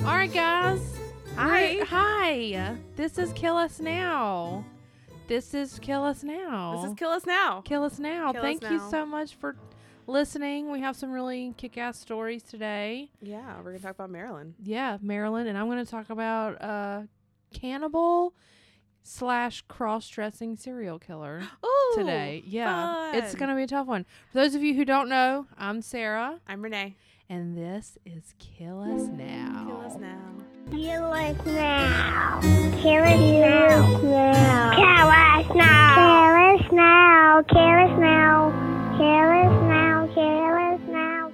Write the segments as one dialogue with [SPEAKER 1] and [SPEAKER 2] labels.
[SPEAKER 1] All right, guys.
[SPEAKER 2] Hi.
[SPEAKER 1] We're- Hi. This is Kill Us Now. This is Kill Us Now.
[SPEAKER 2] This is Kill Us Now.
[SPEAKER 1] Kill Us Now.
[SPEAKER 2] Kill Us
[SPEAKER 1] Thank you
[SPEAKER 2] Now.
[SPEAKER 1] so much for listening. We have some really kick ass stories today.
[SPEAKER 2] Yeah, we're going to talk about Marilyn.
[SPEAKER 1] Yeah, Marilyn. And I'm going to talk about uh, cannibal slash cross dressing serial killer
[SPEAKER 2] Oh,
[SPEAKER 1] today. Yeah. It's
[SPEAKER 2] fun.
[SPEAKER 1] going to be a tough one. For those of you who don't know, I'm Sarah,
[SPEAKER 2] I'm Renee.
[SPEAKER 1] and this is Kill Us Now.
[SPEAKER 2] Kill Us Now.
[SPEAKER 3] Kill us now. Kill us now. Kill us now. Kill us now. Kill us now. Kill us now. Kill us now.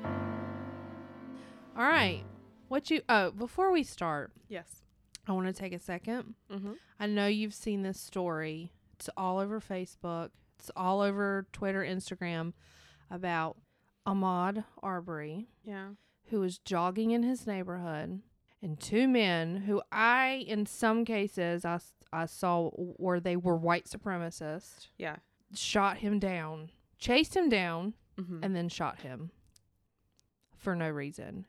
[SPEAKER 1] All right. What you oh, before we start,
[SPEAKER 2] Yes.
[SPEAKER 1] I want to take a second.
[SPEAKER 2] Mm-hmm.
[SPEAKER 1] I know you've seen this story. It's all over Facebook. It's all over Twitter, Instagram about Ahmad Arbery
[SPEAKER 2] Yeah.
[SPEAKER 1] who was jogging in his neighborhood and two men who I in some cases I, s- I saw where they were white supremacists
[SPEAKER 2] Yeah.
[SPEAKER 1] shot him down, chased him down
[SPEAKER 2] Mm-hmm.
[SPEAKER 1] and then shot him for no reason.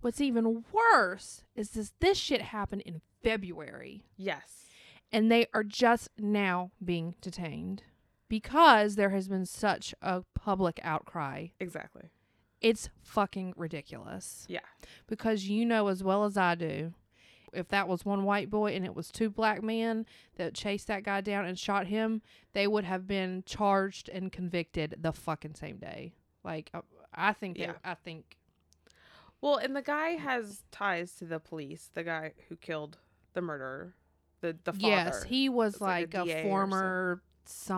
[SPEAKER 1] What's even worse is this this shit happened in February
[SPEAKER 2] yes.
[SPEAKER 1] and they are just now being detained because there has been such a public outcry.
[SPEAKER 2] Exactly.
[SPEAKER 1] It's fucking ridiculous.
[SPEAKER 2] Yeah.
[SPEAKER 1] Because you know as well as I do, if that was one white boy and it was two black men that chased that guy down and shot him, they would have been charged and convicted the fucking same day. Like I- I think they,
[SPEAKER 2] Yeah.
[SPEAKER 1] I think
[SPEAKER 2] Well, and the guy has ties to the police. The guy who killed the murderer, the the father.
[SPEAKER 1] yes, he was
[SPEAKER 2] It's like
[SPEAKER 1] like,
[SPEAKER 2] a
[SPEAKER 1] a,
[SPEAKER 2] DA or
[SPEAKER 1] former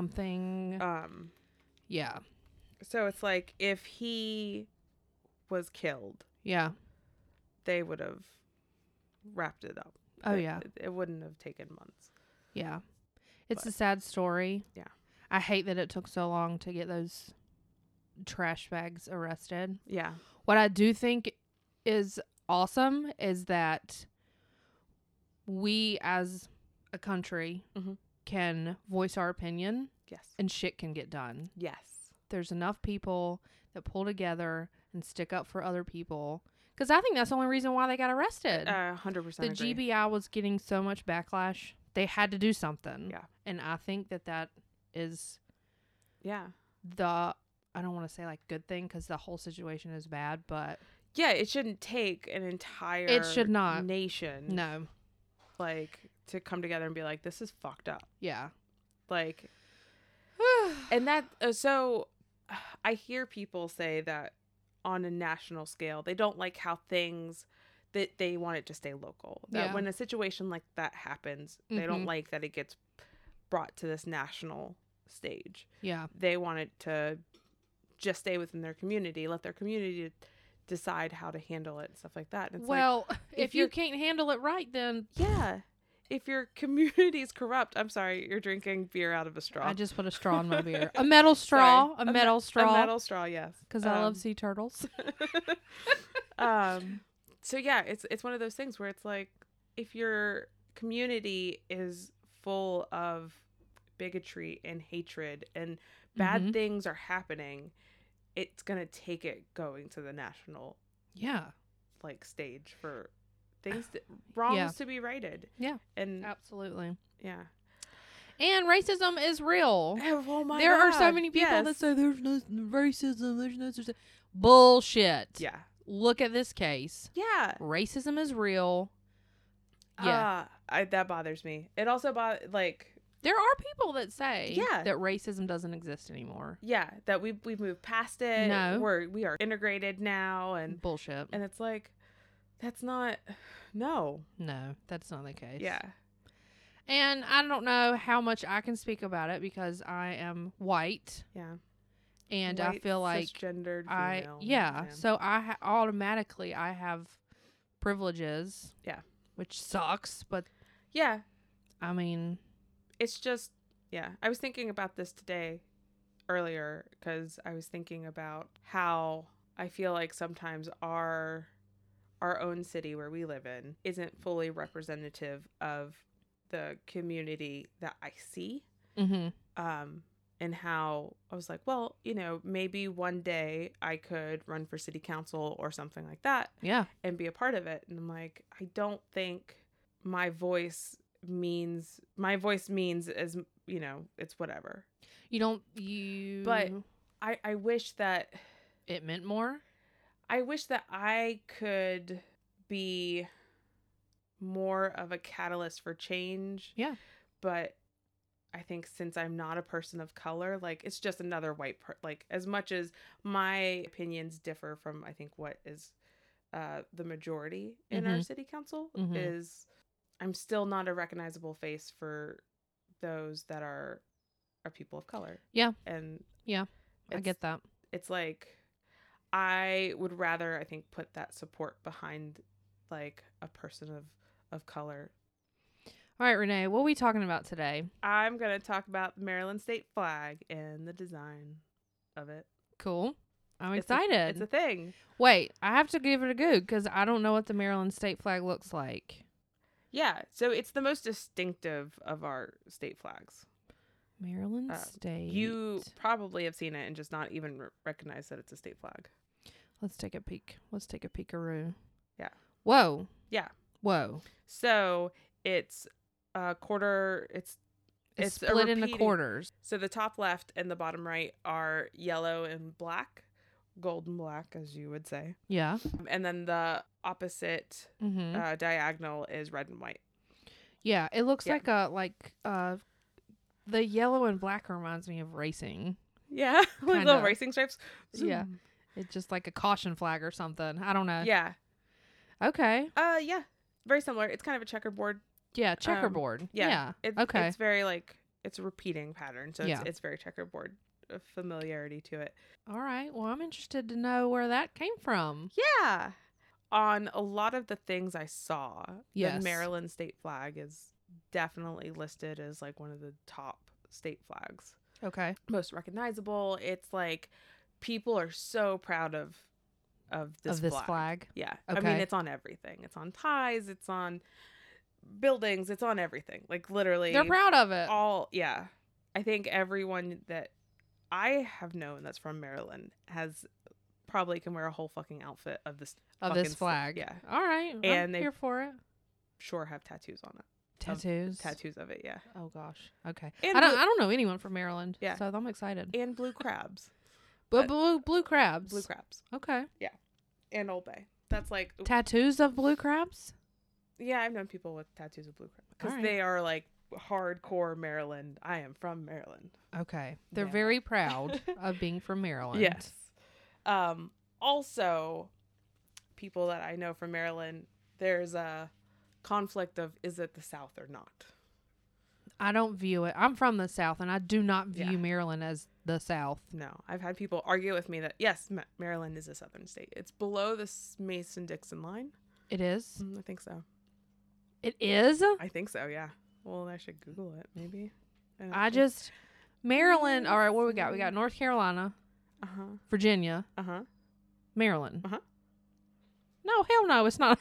[SPEAKER 1] something.
[SPEAKER 2] Um.
[SPEAKER 1] yeah.
[SPEAKER 2] So it's like if he was killed,
[SPEAKER 1] Yeah.
[SPEAKER 2] they would have wrapped it up.
[SPEAKER 1] Oh
[SPEAKER 2] It-
[SPEAKER 1] yeah.
[SPEAKER 2] It, it wouldn't have taken months.
[SPEAKER 1] Yeah. It's a
[SPEAKER 2] But-
[SPEAKER 1] sad story.
[SPEAKER 2] Yeah.
[SPEAKER 1] I hate that it took so long to get those trash bags arrested.
[SPEAKER 2] Yeah.
[SPEAKER 1] What I do think is awesome is that we as a country
[SPEAKER 2] Mhm.
[SPEAKER 1] can voice our opinion
[SPEAKER 2] Yes.
[SPEAKER 1] and shit can get done.
[SPEAKER 2] yes.
[SPEAKER 1] There's enough people that pull together and stick up for other people. Because I think that's the only reason why they got arrested.
[SPEAKER 2] Uh, 100%
[SPEAKER 1] the
[SPEAKER 2] agree.
[SPEAKER 1] GBI was getting so much backlash. They had to do something.
[SPEAKER 2] Yeah.
[SPEAKER 1] And I think that that is
[SPEAKER 2] Yeah.
[SPEAKER 1] the, I don't want to say like good thing because the whole situation is bad, but
[SPEAKER 2] Yeah, it shouldn't take an entire
[SPEAKER 1] It should not.
[SPEAKER 2] nation
[SPEAKER 1] no.
[SPEAKER 2] like to come together and be like this is fucked up.
[SPEAKER 1] Yeah.
[SPEAKER 2] Like and that uh, so I hear people say that on a national scale they don't like how things that they want it to stay local. That
[SPEAKER 1] Yeah.
[SPEAKER 2] when a situation like that happens, they don't
[SPEAKER 1] Mhm.
[SPEAKER 2] like that it gets brought to this national stage.
[SPEAKER 1] yeah.
[SPEAKER 2] they wanted to just stay within their community, let their community decide how to handle it and stuff like that. And it's
[SPEAKER 1] well, if,
[SPEAKER 2] if
[SPEAKER 1] you
[SPEAKER 2] you're-
[SPEAKER 1] can't handle it right, then
[SPEAKER 2] like, yeah, if your community is corrupt, I'm sorry, you're drinking beer out of a straw.
[SPEAKER 1] I just put a straw in my beer. A metal
[SPEAKER 2] Sorry,
[SPEAKER 1] straw. A
[SPEAKER 2] me-
[SPEAKER 1] metal straw.
[SPEAKER 2] A metal straw, yes.
[SPEAKER 1] Because I
[SPEAKER 2] Um,
[SPEAKER 1] love sea turtles.
[SPEAKER 2] um, so yeah, it's it's one of those things where it's like if your community is full of bigotry and hatred and bad
[SPEAKER 1] Mhm.
[SPEAKER 2] things are happening, it's gonna take it going to the national
[SPEAKER 1] Yeah.
[SPEAKER 2] like stage for things that, wrongs to be righted.
[SPEAKER 1] Yeah.
[SPEAKER 2] and
[SPEAKER 1] Absolutely.
[SPEAKER 2] yeah,
[SPEAKER 1] And racism is real.
[SPEAKER 2] oh my
[SPEAKER 1] there are so many people that say there's no racism, there's no such thing." bullshit.
[SPEAKER 2] yeah,
[SPEAKER 1] Look at this case.
[SPEAKER 2] yeah,
[SPEAKER 1] Racism is real. Yeah.
[SPEAKER 2] Ah, I, that bothers me. It also bothers like
[SPEAKER 1] there are people that say
[SPEAKER 2] Yeah.
[SPEAKER 1] that racism doesn't exist anymore.
[SPEAKER 2] yeah that we we've moved past it.
[SPEAKER 1] No.
[SPEAKER 2] we're we are integrated now, and
[SPEAKER 1] Bullshit.
[SPEAKER 2] and it's like that's not no
[SPEAKER 1] no, that's not the case.
[SPEAKER 2] yeah
[SPEAKER 1] And I don't know how much I can speak about it because I am white
[SPEAKER 2] yeah
[SPEAKER 1] and I
[SPEAKER 2] White,
[SPEAKER 1] feel like
[SPEAKER 2] cisgendered
[SPEAKER 1] I
[SPEAKER 2] female
[SPEAKER 1] yeah,
[SPEAKER 2] man.
[SPEAKER 1] so I ha- automatically I have privileges.
[SPEAKER 2] Yeah.
[SPEAKER 1] Which sucks, but
[SPEAKER 2] yeah
[SPEAKER 1] I mean,
[SPEAKER 2] it's just yeah i was thinking about this today earlier because i was thinking about how i feel like sometimes our our own city where we live in isn't fully representative of the community that i see
[SPEAKER 1] mhm.
[SPEAKER 2] um and how I was like, well, you know, maybe one day I could run for city council or something like that
[SPEAKER 1] Yeah.
[SPEAKER 2] and be a part of it. And I'm like, I don't think my voice means my voice means as you know, it's whatever.
[SPEAKER 1] You don't you
[SPEAKER 2] But- I I wish that
[SPEAKER 1] it meant more?
[SPEAKER 2] I wish that I could be more of a catalyst for change.
[SPEAKER 1] Yeah.
[SPEAKER 2] But I think since I'm not a person of color, like it's just another white per- like as much as my opinions differ from I think what is uh the majority in our
[SPEAKER 1] Mhm.
[SPEAKER 2] city council
[SPEAKER 1] Mhm.
[SPEAKER 2] is I'm still not a recognizable face for those that are are people of color.
[SPEAKER 1] Yeah.
[SPEAKER 2] And
[SPEAKER 1] Yeah, I
[SPEAKER 2] it's-
[SPEAKER 1] get that.
[SPEAKER 2] it's like I would rather I think put that support behind like a person of of color.
[SPEAKER 1] All right, Renee, what are we talking about today?
[SPEAKER 2] I'm gonna talk about the Maryland state flag and the design of it.
[SPEAKER 1] Cool. I'm
[SPEAKER 2] It's a-
[SPEAKER 1] excited.
[SPEAKER 2] It's a thing.
[SPEAKER 1] Wait, I have to give it a go because I don't know what the Maryland state flag looks like.
[SPEAKER 2] Yeah. So it's the most distinctive of our state flags.
[SPEAKER 1] Maryland
[SPEAKER 2] Uh,
[SPEAKER 1] state.
[SPEAKER 2] You probably have seen it and just not even re- recognize that it's a state flag.
[SPEAKER 1] Let's take a peek. Let's take a peekaroo.
[SPEAKER 2] Yeah.
[SPEAKER 1] Whoa.
[SPEAKER 2] Yeah.
[SPEAKER 1] Whoa.
[SPEAKER 2] So it's a quarter. It's
[SPEAKER 1] It's,
[SPEAKER 2] It's a
[SPEAKER 1] split into
[SPEAKER 2] repeating-
[SPEAKER 1] quarters.
[SPEAKER 2] So the top left and the bottom right are yellow and black, golden black, as you would say.
[SPEAKER 1] Yeah.
[SPEAKER 2] And then the opposite
[SPEAKER 1] Mm-hmm.
[SPEAKER 2] uh, diagonal is red and white.
[SPEAKER 1] yeah. It looks
[SPEAKER 2] yeah.
[SPEAKER 1] like a like uh, the yellow and black reminds me of racing.
[SPEAKER 2] Yeah, with little
[SPEAKER 1] Kinda.
[SPEAKER 2] racing stripes.
[SPEAKER 1] Yeah.
[SPEAKER 2] Zoom.
[SPEAKER 1] It's just like a caution flag or something. I don't know.
[SPEAKER 2] yeah,
[SPEAKER 1] Okay.
[SPEAKER 2] uh, yeah. Very similar. It's kind of a checkerboard.
[SPEAKER 1] Yeah. Checkerboard.
[SPEAKER 2] Um, yeah,
[SPEAKER 1] yeah.
[SPEAKER 2] It's,
[SPEAKER 1] Okay.
[SPEAKER 2] It's very like it's a repeating pattern, so
[SPEAKER 1] Yeah.
[SPEAKER 2] it's, it's very checkerboard uh, familiarity to it.
[SPEAKER 1] All right. Well, I'm interested to know where that came from.
[SPEAKER 2] Yeah. On a lot of the things I saw,
[SPEAKER 1] Yes.
[SPEAKER 2] the Maryland state flag is definitely listed as like one of the top state flags.
[SPEAKER 1] Okay.
[SPEAKER 2] Most recognizable. It's like people are so proud of of this,
[SPEAKER 1] of this
[SPEAKER 2] flag.
[SPEAKER 1] flag.
[SPEAKER 2] Yeah. I mean,
[SPEAKER 1] Okay.
[SPEAKER 2] it's on everything. It's on ties, it's on buildings, it's on everything. Like literally
[SPEAKER 1] They're proud of it.
[SPEAKER 2] all yeah. I think everyone that I have known that's from Maryland has probably can wear a whole fucking outfit of this
[SPEAKER 1] of
[SPEAKER 2] fucking
[SPEAKER 1] this
[SPEAKER 2] sl-
[SPEAKER 1] flag.
[SPEAKER 2] yeah.
[SPEAKER 1] All right. I'm
[SPEAKER 2] And they-
[SPEAKER 1] here for it.
[SPEAKER 2] sure have tattoos on it. of
[SPEAKER 1] Tattoos.
[SPEAKER 2] Tattoos of it, yeah.
[SPEAKER 1] Oh gosh. Okay.
[SPEAKER 2] And
[SPEAKER 1] I don't.
[SPEAKER 2] blue-
[SPEAKER 1] I don't know anyone from Maryland.
[SPEAKER 2] Yeah.
[SPEAKER 1] So I'm excited.
[SPEAKER 2] And blue crabs.
[SPEAKER 1] But
[SPEAKER 2] uh,
[SPEAKER 1] blue blue crabs.
[SPEAKER 2] Blue crabs.
[SPEAKER 1] Okay.
[SPEAKER 2] And Old Bay. That's like
[SPEAKER 1] Tattoos of blue crabs.
[SPEAKER 2] yeah, I've known people with tattoos of blue crabs because
[SPEAKER 1] Alright.
[SPEAKER 2] they are like hardcore Maryland. I am from Maryland.
[SPEAKER 1] Okay. They're
[SPEAKER 2] Yeah.
[SPEAKER 1] very proud of being from Maryland.
[SPEAKER 2] Yes. Um, also, people that I know from Maryland, there's a conflict of is it the South or not?
[SPEAKER 1] I don't view it. I'm from the South, and I do not view
[SPEAKER 2] Yeah.
[SPEAKER 1] Maryland as the South.
[SPEAKER 2] No, I've had people argue with me that yes, Ma- Maryland is a Southern state. It's below the Mason Dixon line.
[SPEAKER 1] It is. Oh,
[SPEAKER 2] Mm, I think so.
[SPEAKER 1] It is.
[SPEAKER 2] I think so. Yeah. Well, I should Google it maybe. don't
[SPEAKER 1] I
[SPEAKER 2] think-
[SPEAKER 1] just Maryland. All right. What we got? We got North Carolina,
[SPEAKER 2] uh-huh
[SPEAKER 1] Virginia,
[SPEAKER 2] uh-huh
[SPEAKER 1] Maryland.
[SPEAKER 2] Uh-huh.
[SPEAKER 1] No, hell no, it's not.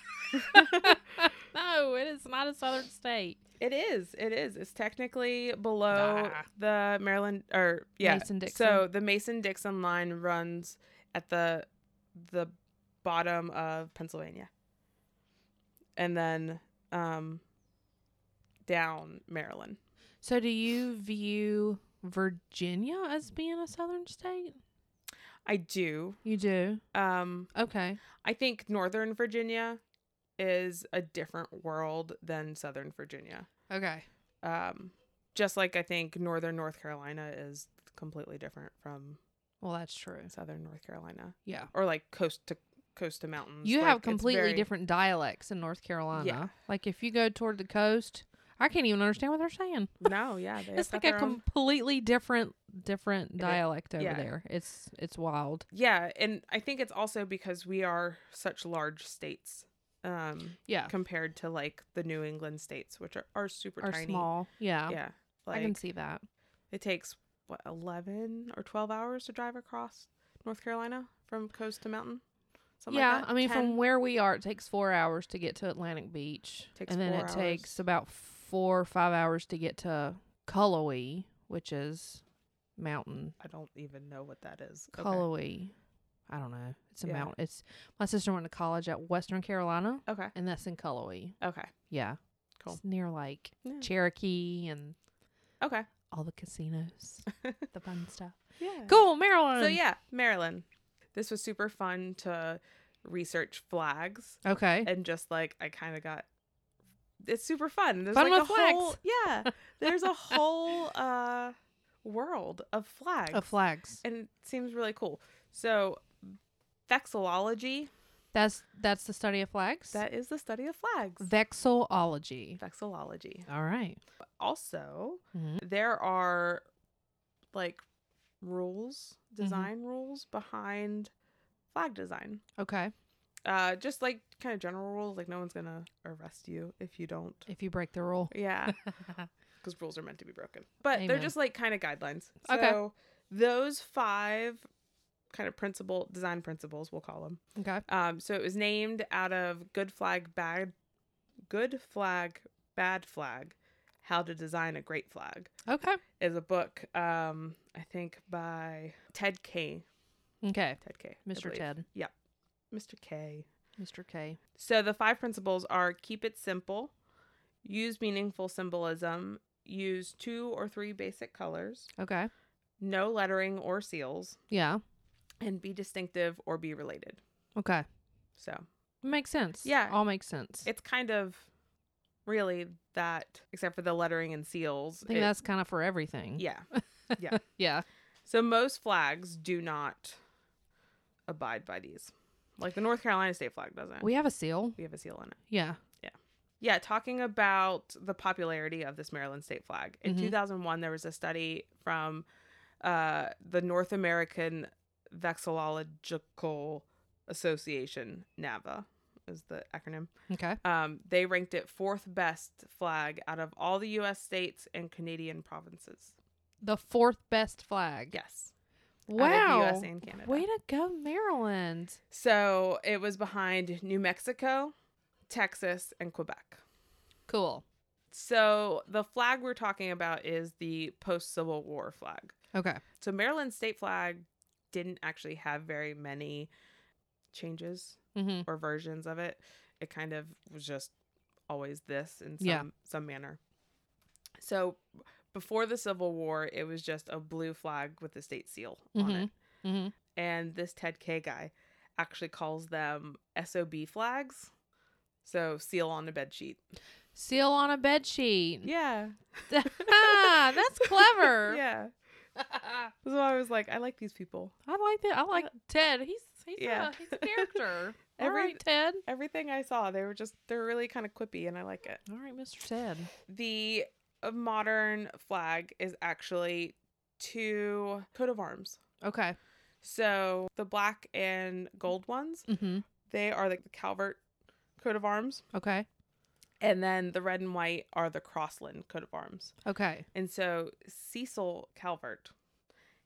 [SPEAKER 1] no, it is not a southern state.
[SPEAKER 2] it is it is it's technically below
[SPEAKER 1] Ah.
[SPEAKER 2] the maryland or yeah
[SPEAKER 1] Mason-Dixon.
[SPEAKER 2] so the mason-dixon line runs at the the bottom of pennsylvania and then um down maryland
[SPEAKER 1] So, do you view Virginia as being a southern state?
[SPEAKER 2] i do
[SPEAKER 1] You do.
[SPEAKER 2] um
[SPEAKER 1] Okay.
[SPEAKER 2] i think northern virginia is a different world than southern virginia
[SPEAKER 1] Okay.
[SPEAKER 2] um, just like I think northern North Carolina is completely different from
[SPEAKER 1] Well, that's true.
[SPEAKER 2] southern North Carolina,
[SPEAKER 1] Yeah.
[SPEAKER 2] or like coast to coast to mountains.
[SPEAKER 1] You
[SPEAKER 2] Like,
[SPEAKER 1] have
[SPEAKER 2] it's
[SPEAKER 1] completely
[SPEAKER 2] very-
[SPEAKER 1] different dialects in North Carolina. Like if you go toward the coast, I can't even understand what they're saying.
[SPEAKER 2] No, yeah, they
[SPEAKER 1] It's
[SPEAKER 2] have
[SPEAKER 1] like
[SPEAKER 2] got
[SPEAKER 1] a
[SPEAKER 2] their own-
[SPEAKER 1] completely different different dialect over
[SPEAKER 2] yeah.
[SPEAKER 1] there. It's it's wild.
[SPEAKER 2] yeah, and I think it's also because we are such large states um,
[SPEAKER 1] Yeah.
[SPEAKER 2] compared to like the New England states, which are, are super
[SPEAKER 1] Or
[SPEAKER 2] tiny.
[SPEAKER 1] small. Yeah.
[SPEAKER 2] Yeah, like
[SPEAKER 1] I can see that.
[SPEAKER 2] it takes what eleven or twelve hours to drive across North Carolina from coast to mountain. Something
[SPEAKER 1] yeah,
[SPEAKER 2] like that.
[SPEAKER 1] I mean,
[SPEAKER 2] 10?
[SPEAKER 1] from where we are, it takes four hours to get to Atlantic Beach,
[SPEAKER 2] Takes
[SPEAKER 1] and then
[SPEAKER 2] four
[SPEAKER 1] it
[SPEAKER 2] hours.
[SPEAKER 1] takes about four or five hours to get to Cullowhee, which is mountain.
[SPEAKER 2] I don't even know what that is. Okay.
[SPEAKER 1] Cullowhee. I don't know. It's a
[SPEAKER 2] Yeah.
[SPEAKER 1] mountain. It's my sister went to college at Western Carolina,
[SPEAKER 2] Okay.
[SPEAKER 1] and that's in Cullowhee.
[SPEAKER 2] Okay.
[SPEAKER 1] Yeah,
[SPEAKER 2] Cool.
[SPEAKER 1] It's near like
[SPEAKER 2] Yeah.
[SPEAKER 1] Cherokee and
[SPEAKER 2] Okay.
[SPEAKER 1] all the casinos, the fun stuff.
[SPEAKER 2] Yeah.
[SPEAKER 1] Cool, Maryland.
[SPEAKER 2] So yeah, Maryland. This was super fun to research flags
[SPEAKER 1] Okay.
[SPEAKER 2] and just like I kind of got. It's super fun. There's
[SPEAKER 1] Fun
[SPEAKER 2] like
[SPEAKER 1] with
[SPEAKER 2] a
[SPEAKER 1] flags.
[SPEAKER 2] whole yeah. There's a whole uh world of flags.
[SPEAKER 1] Of flags.
[SPEAKER 2] and it seems really cool. So vexillology.
[SPEAKER 1] That's that's the study of flags.
[SPEAKER 2] That is the study of flags.
[SPEAKER 1] Vexillology.
[SPEAKER 2] Vexillology.
[SPEAKER 1] All right.
[SPEAKER 2] Also,
[SPEAKER 1] Mhm.
[SPEAKER 2] there are like rules,
[SPEAKER 1] Mm-hmm.
[SPEAKER 2] design rules behind flag design.
[SPEAKER 1] Okay.
[SPEAKER 2] Uh, just like kind of general rules, like no one's gonna arrest you if you don't.
[SPEAKER 1] If you break the rule.
[SPEAKER 2] Yeah, because rules are meant to be broken. But they're
[SPEAKER 1] Amen.
[SPEAKER 2] just like kind of guidelines.
[SPEAKER 1] Okay.
[SPEAKER 2] So those five kind of principle design principles, we'll call them.
[SPEAKER 1] okay.
[SPEAKER 2] Um, so it was named out of Good Flag Bad, Good Flag Bad Flag, How to Design a Great Flag
[SPEAKER 1] Okay.
[SPEAKER 2] is a book. Um, I think by Ted K.
[SPEAKER 1] Okay.
[SPEAKER 2] Ted K. I
[SPEAKER 1] Mr.
[SPEAKER 2] believe.
[SPEAKER 1] Ted.
[SPEAKER 2] Yep, Mr. K.
[SPEAKER 1] Mr. K.
[SPEAKER 2] So the five principles are keep it simple, use meaningful symbolism, use two or three basic colors,
[SPEAKER 1] Okay.
[SPEAKER 2] no lettering or seals,
[SPEAKER 1] Yeah.
[SPEAKER 2] and be distinctive or be related.
[SPEAKER 1] Okay.
[SPEAKER 2] So
[SPEAKER 1] Makes sense.
[SPEAKER 2] Yeah.
[SPEAKER 1] All makes sense.
[SPEAKER 2] it's kind of really that except for the lettering and seals
[SPEAKER 1] I think
[SPEAKER 2] it-
[SPEAKER 1] that's kind of for everything.
[SPEAKER 2] yeah
[SPEAKER 1] Yeah.
[SPEAKER 2] so most flags do not abide by these like the north carolina state flag doesn't
[SPEAKER 1] We have a seal.
[SPEAKER 2] we have a seal on it
[SPEAKER 1] Yeah.
[SPEAKER 2] yeah talking about the popularity of this maryland state flag in
[SPEAKER 1] Mhm.
[SPEAKER 2] 2001 there was a study from uh, the north american vexillological association nava is the acronym
[SPEAKER 1] Okay.
[SPEAKER 2] Um, they ranked it fourth best flag out of all the U.S. states and Canadian provinces.
[SPEAKER 1] The fourth best flag.
[SPEAKER 2] Yes. Out
[SPEAKER 1] Wow.
[SPEAKER 2] of U.S. and Canada.
[SPEAKER 1] Way to go, Maryland.
[SPEAKER 2] so it was behind New Mexico, Texas, and Quebec.
[SPEAKER 1] Cool.
[SPEAKER 2] So the flag we're talking about is the post Civil War flag.
[SPEAKER 1] Okay.
[SPEAKER 2] So Maryland's state flag didn't actually have very many changes
[SPEAKER 1] Mm-hmm.
[SPEAKER 2] or versions of it. It kind of was just always this in some
[SPEAKER 1] Yeah.
[SPEAKER 2] some manner. So before the Civil War, it was just a blue flag with the state seal on it.
[SPEAKER 1] Mm-hmm.
[SPEAKER 2] And this Ted K guy actually calls them SOB flags. So seal on a bed sheet.
[SPEAKER 1] Seal on a bed sheet.
[SPEAKER 2] Yeah.
[SPEAKER 1] ah, that's clever.
[SPEAKER 2] Yeah.
[SPEAKER 1] I
[SPEAKER 2] So I was like, I like these people.
[SPEAKER 1] like that. I like Ted. He's he's,
[SPEAKER 2] Yeah.
[SPEAKER 1] a, he's a character. All
[SPEAKER 2] Every-
[SPEAKER 1] right, Ted.
[SPEAKER 2] Everything I saw, they were just they're really kind of quippy and I like it.
[SPEAKER 1] All right, Mr. Ted.
[SPEAKER 2] the uh, modern flag is actually two coat of arms.
[SPEAKER 1] Okay.
[SPEAKER 2] So the black and gold ones,
[SPEAKER 1] Mm-hmm.
[SPEAKER 2] they are like the Calvert coat of arms,
[SPEAKER 1] Okay.
[SPEAKER 2] and then the red and white are the Crossland coat of arms.
[SPEAKER 1] Okay.
[SPEAKER 2] And so Cecil Calvert,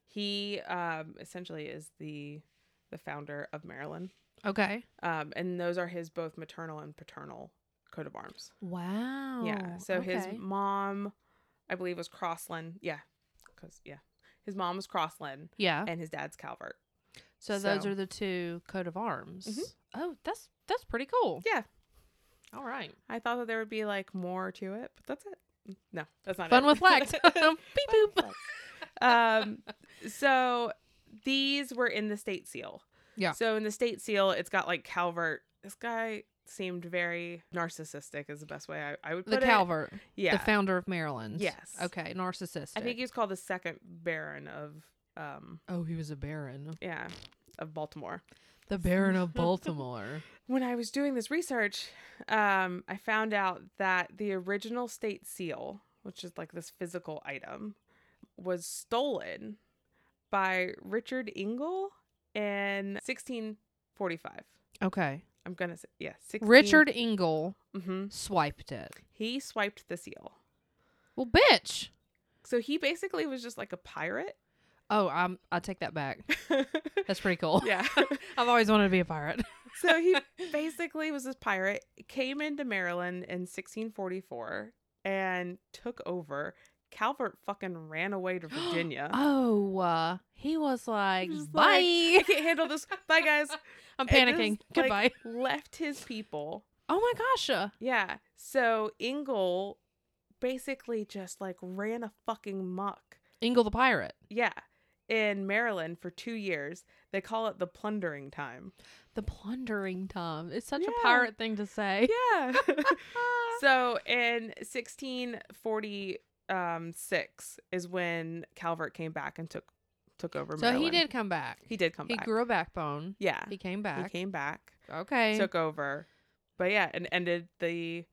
[SPEAKER 2] he um, essentially is the the founder of Maryland,
[SPEAKER 1] Okay.
[SPEAKER 2] um, and those are his both maternal and paternal coat of arms.
[SPEAKER 1] Wow.
[SPEAKER 2] Yeah. So his
[SPEAKER 1] Oh, okay.
[SPEAKER 2] mom, I believe, was Crossland. Yeah. Because, yeah. His mom was Crossland
[SPEAKER 1] Yeah.
[SPEAKER 2] and his dad's Calvert.
[SPEAKER 1] So, those
[SPEAKER 2] so-
[SPEAKER 1] are the two coat of arms.
[SPEAKER 2] Mhm.
[SPEAKER 1] Oh, that's that's pretty cool.
[SPEAKER 2] Yeah.
[SPEAKER 1] All right.
[SPEAKER 2] I thought that there would be like more to it, but that's it. No, that's not
[SPEAKER 1] Fun
[SPEAKER 2] it.
[SPEAKER 1] with flags. Beep, boop.
[SPEAKER 2] um, so these were in the state seal.
[SPEAKER 1] Yeah.
[SPEAKER 2] So in the state seal, it's got like Calvert. This guy seemed very narcissistic, is the best way I, I would put
[SPEAKER 1] The
[SPEAKER 2] it.
[SPEAKER 1] Calvert,
[SPEAKER 2] Yeah.
[SPEAKER 1] the founder of Maryland.
[SPEAKER 2] Yes.
[SPEAKER 1] Okay. Narcissistic.
[SPEAKER 2] I think he was called the second Baron of, um,
[SPEAKER 1] Oh, he was a baron.
[SPEAKER 2] yeah, of Baltimore.
[SPEAKER 1] The Baron of Baltimore.
[SPEAKER 2] when I was doing this research, um, I found out that the original state seal, which is like this physical item, was stolen by Richard Ingle in 1645.
[SPEAKER 1] okay.
[SPEAKER 2] I'm gonna say yeah, 16,
[SPEAKER 1] Richard Ingle
[SPEAKER 2] Mm-hmm.
[SPEAKER 1] swiped it.
[SPEAKER 2] He swiped the seal,
[SPEAKER 1] Well, bitch.
[SPEAKER 2] so he basically was just like a pirate.
[SPEAKER 1] Oh, I'm. I take that back. That's pretty cool.
[SPEAKER 2] yeah.
[SPEAKER 1] I've always wanted to be a pirate.
[SPEAKER 2] so he basically was this pirate, came into Maryland in 1644 and took over, Calvert fucking ran away to Virginia.
[SPEAKER 1] Oh, uh, he was like,
[SPEAKER 2] Just like,
[SPEAKER 1] bye.
[SPEAKER 2] I can't handle this. Bye, guys.
[SPEAKER 1] I'm
[SPEAKER 2] And
[SPEAKER 1] panicking.
[SPEAKER 2] just,
[SPEAKER 1] Goodbye.
[SPEAKER 2] like, left his people.
[SPEAKER 1] oh my gosh. uh,
[SPEAKER 2] Yeah. So Ingle basically just like ran a fucking muck.
[SPEAKER 1] Ingle the pirate.
[SPEAKER 2] Yeah. In Maryland for two years. They call it the plundering time.
[SPEAKER 1] The plundering Tom. It's such
[SPEAKER 2] Yeah.
[SPEAKER 1] a pirate thing to say.
[SPEAKER 2] Yeah. so in 1646 is when Calvert came back and took took over
[SPEAKER 1] so he
[SPEAKER 2] Maryland.
[SPEAKER 1] did come back.
[SPEAKER 2] He did come
[SPEAKER 1] He
[SPEAKER 2] back.
[SPEAKER 1] grew a backbone.
[SPEAKER 2] yeah.
[SPEAKER 1] He came back.
[SPEAKER 2] He came back.
[SPEAKER 1] okay.
[SPEAKER 2] Took over. But yeah, and ended the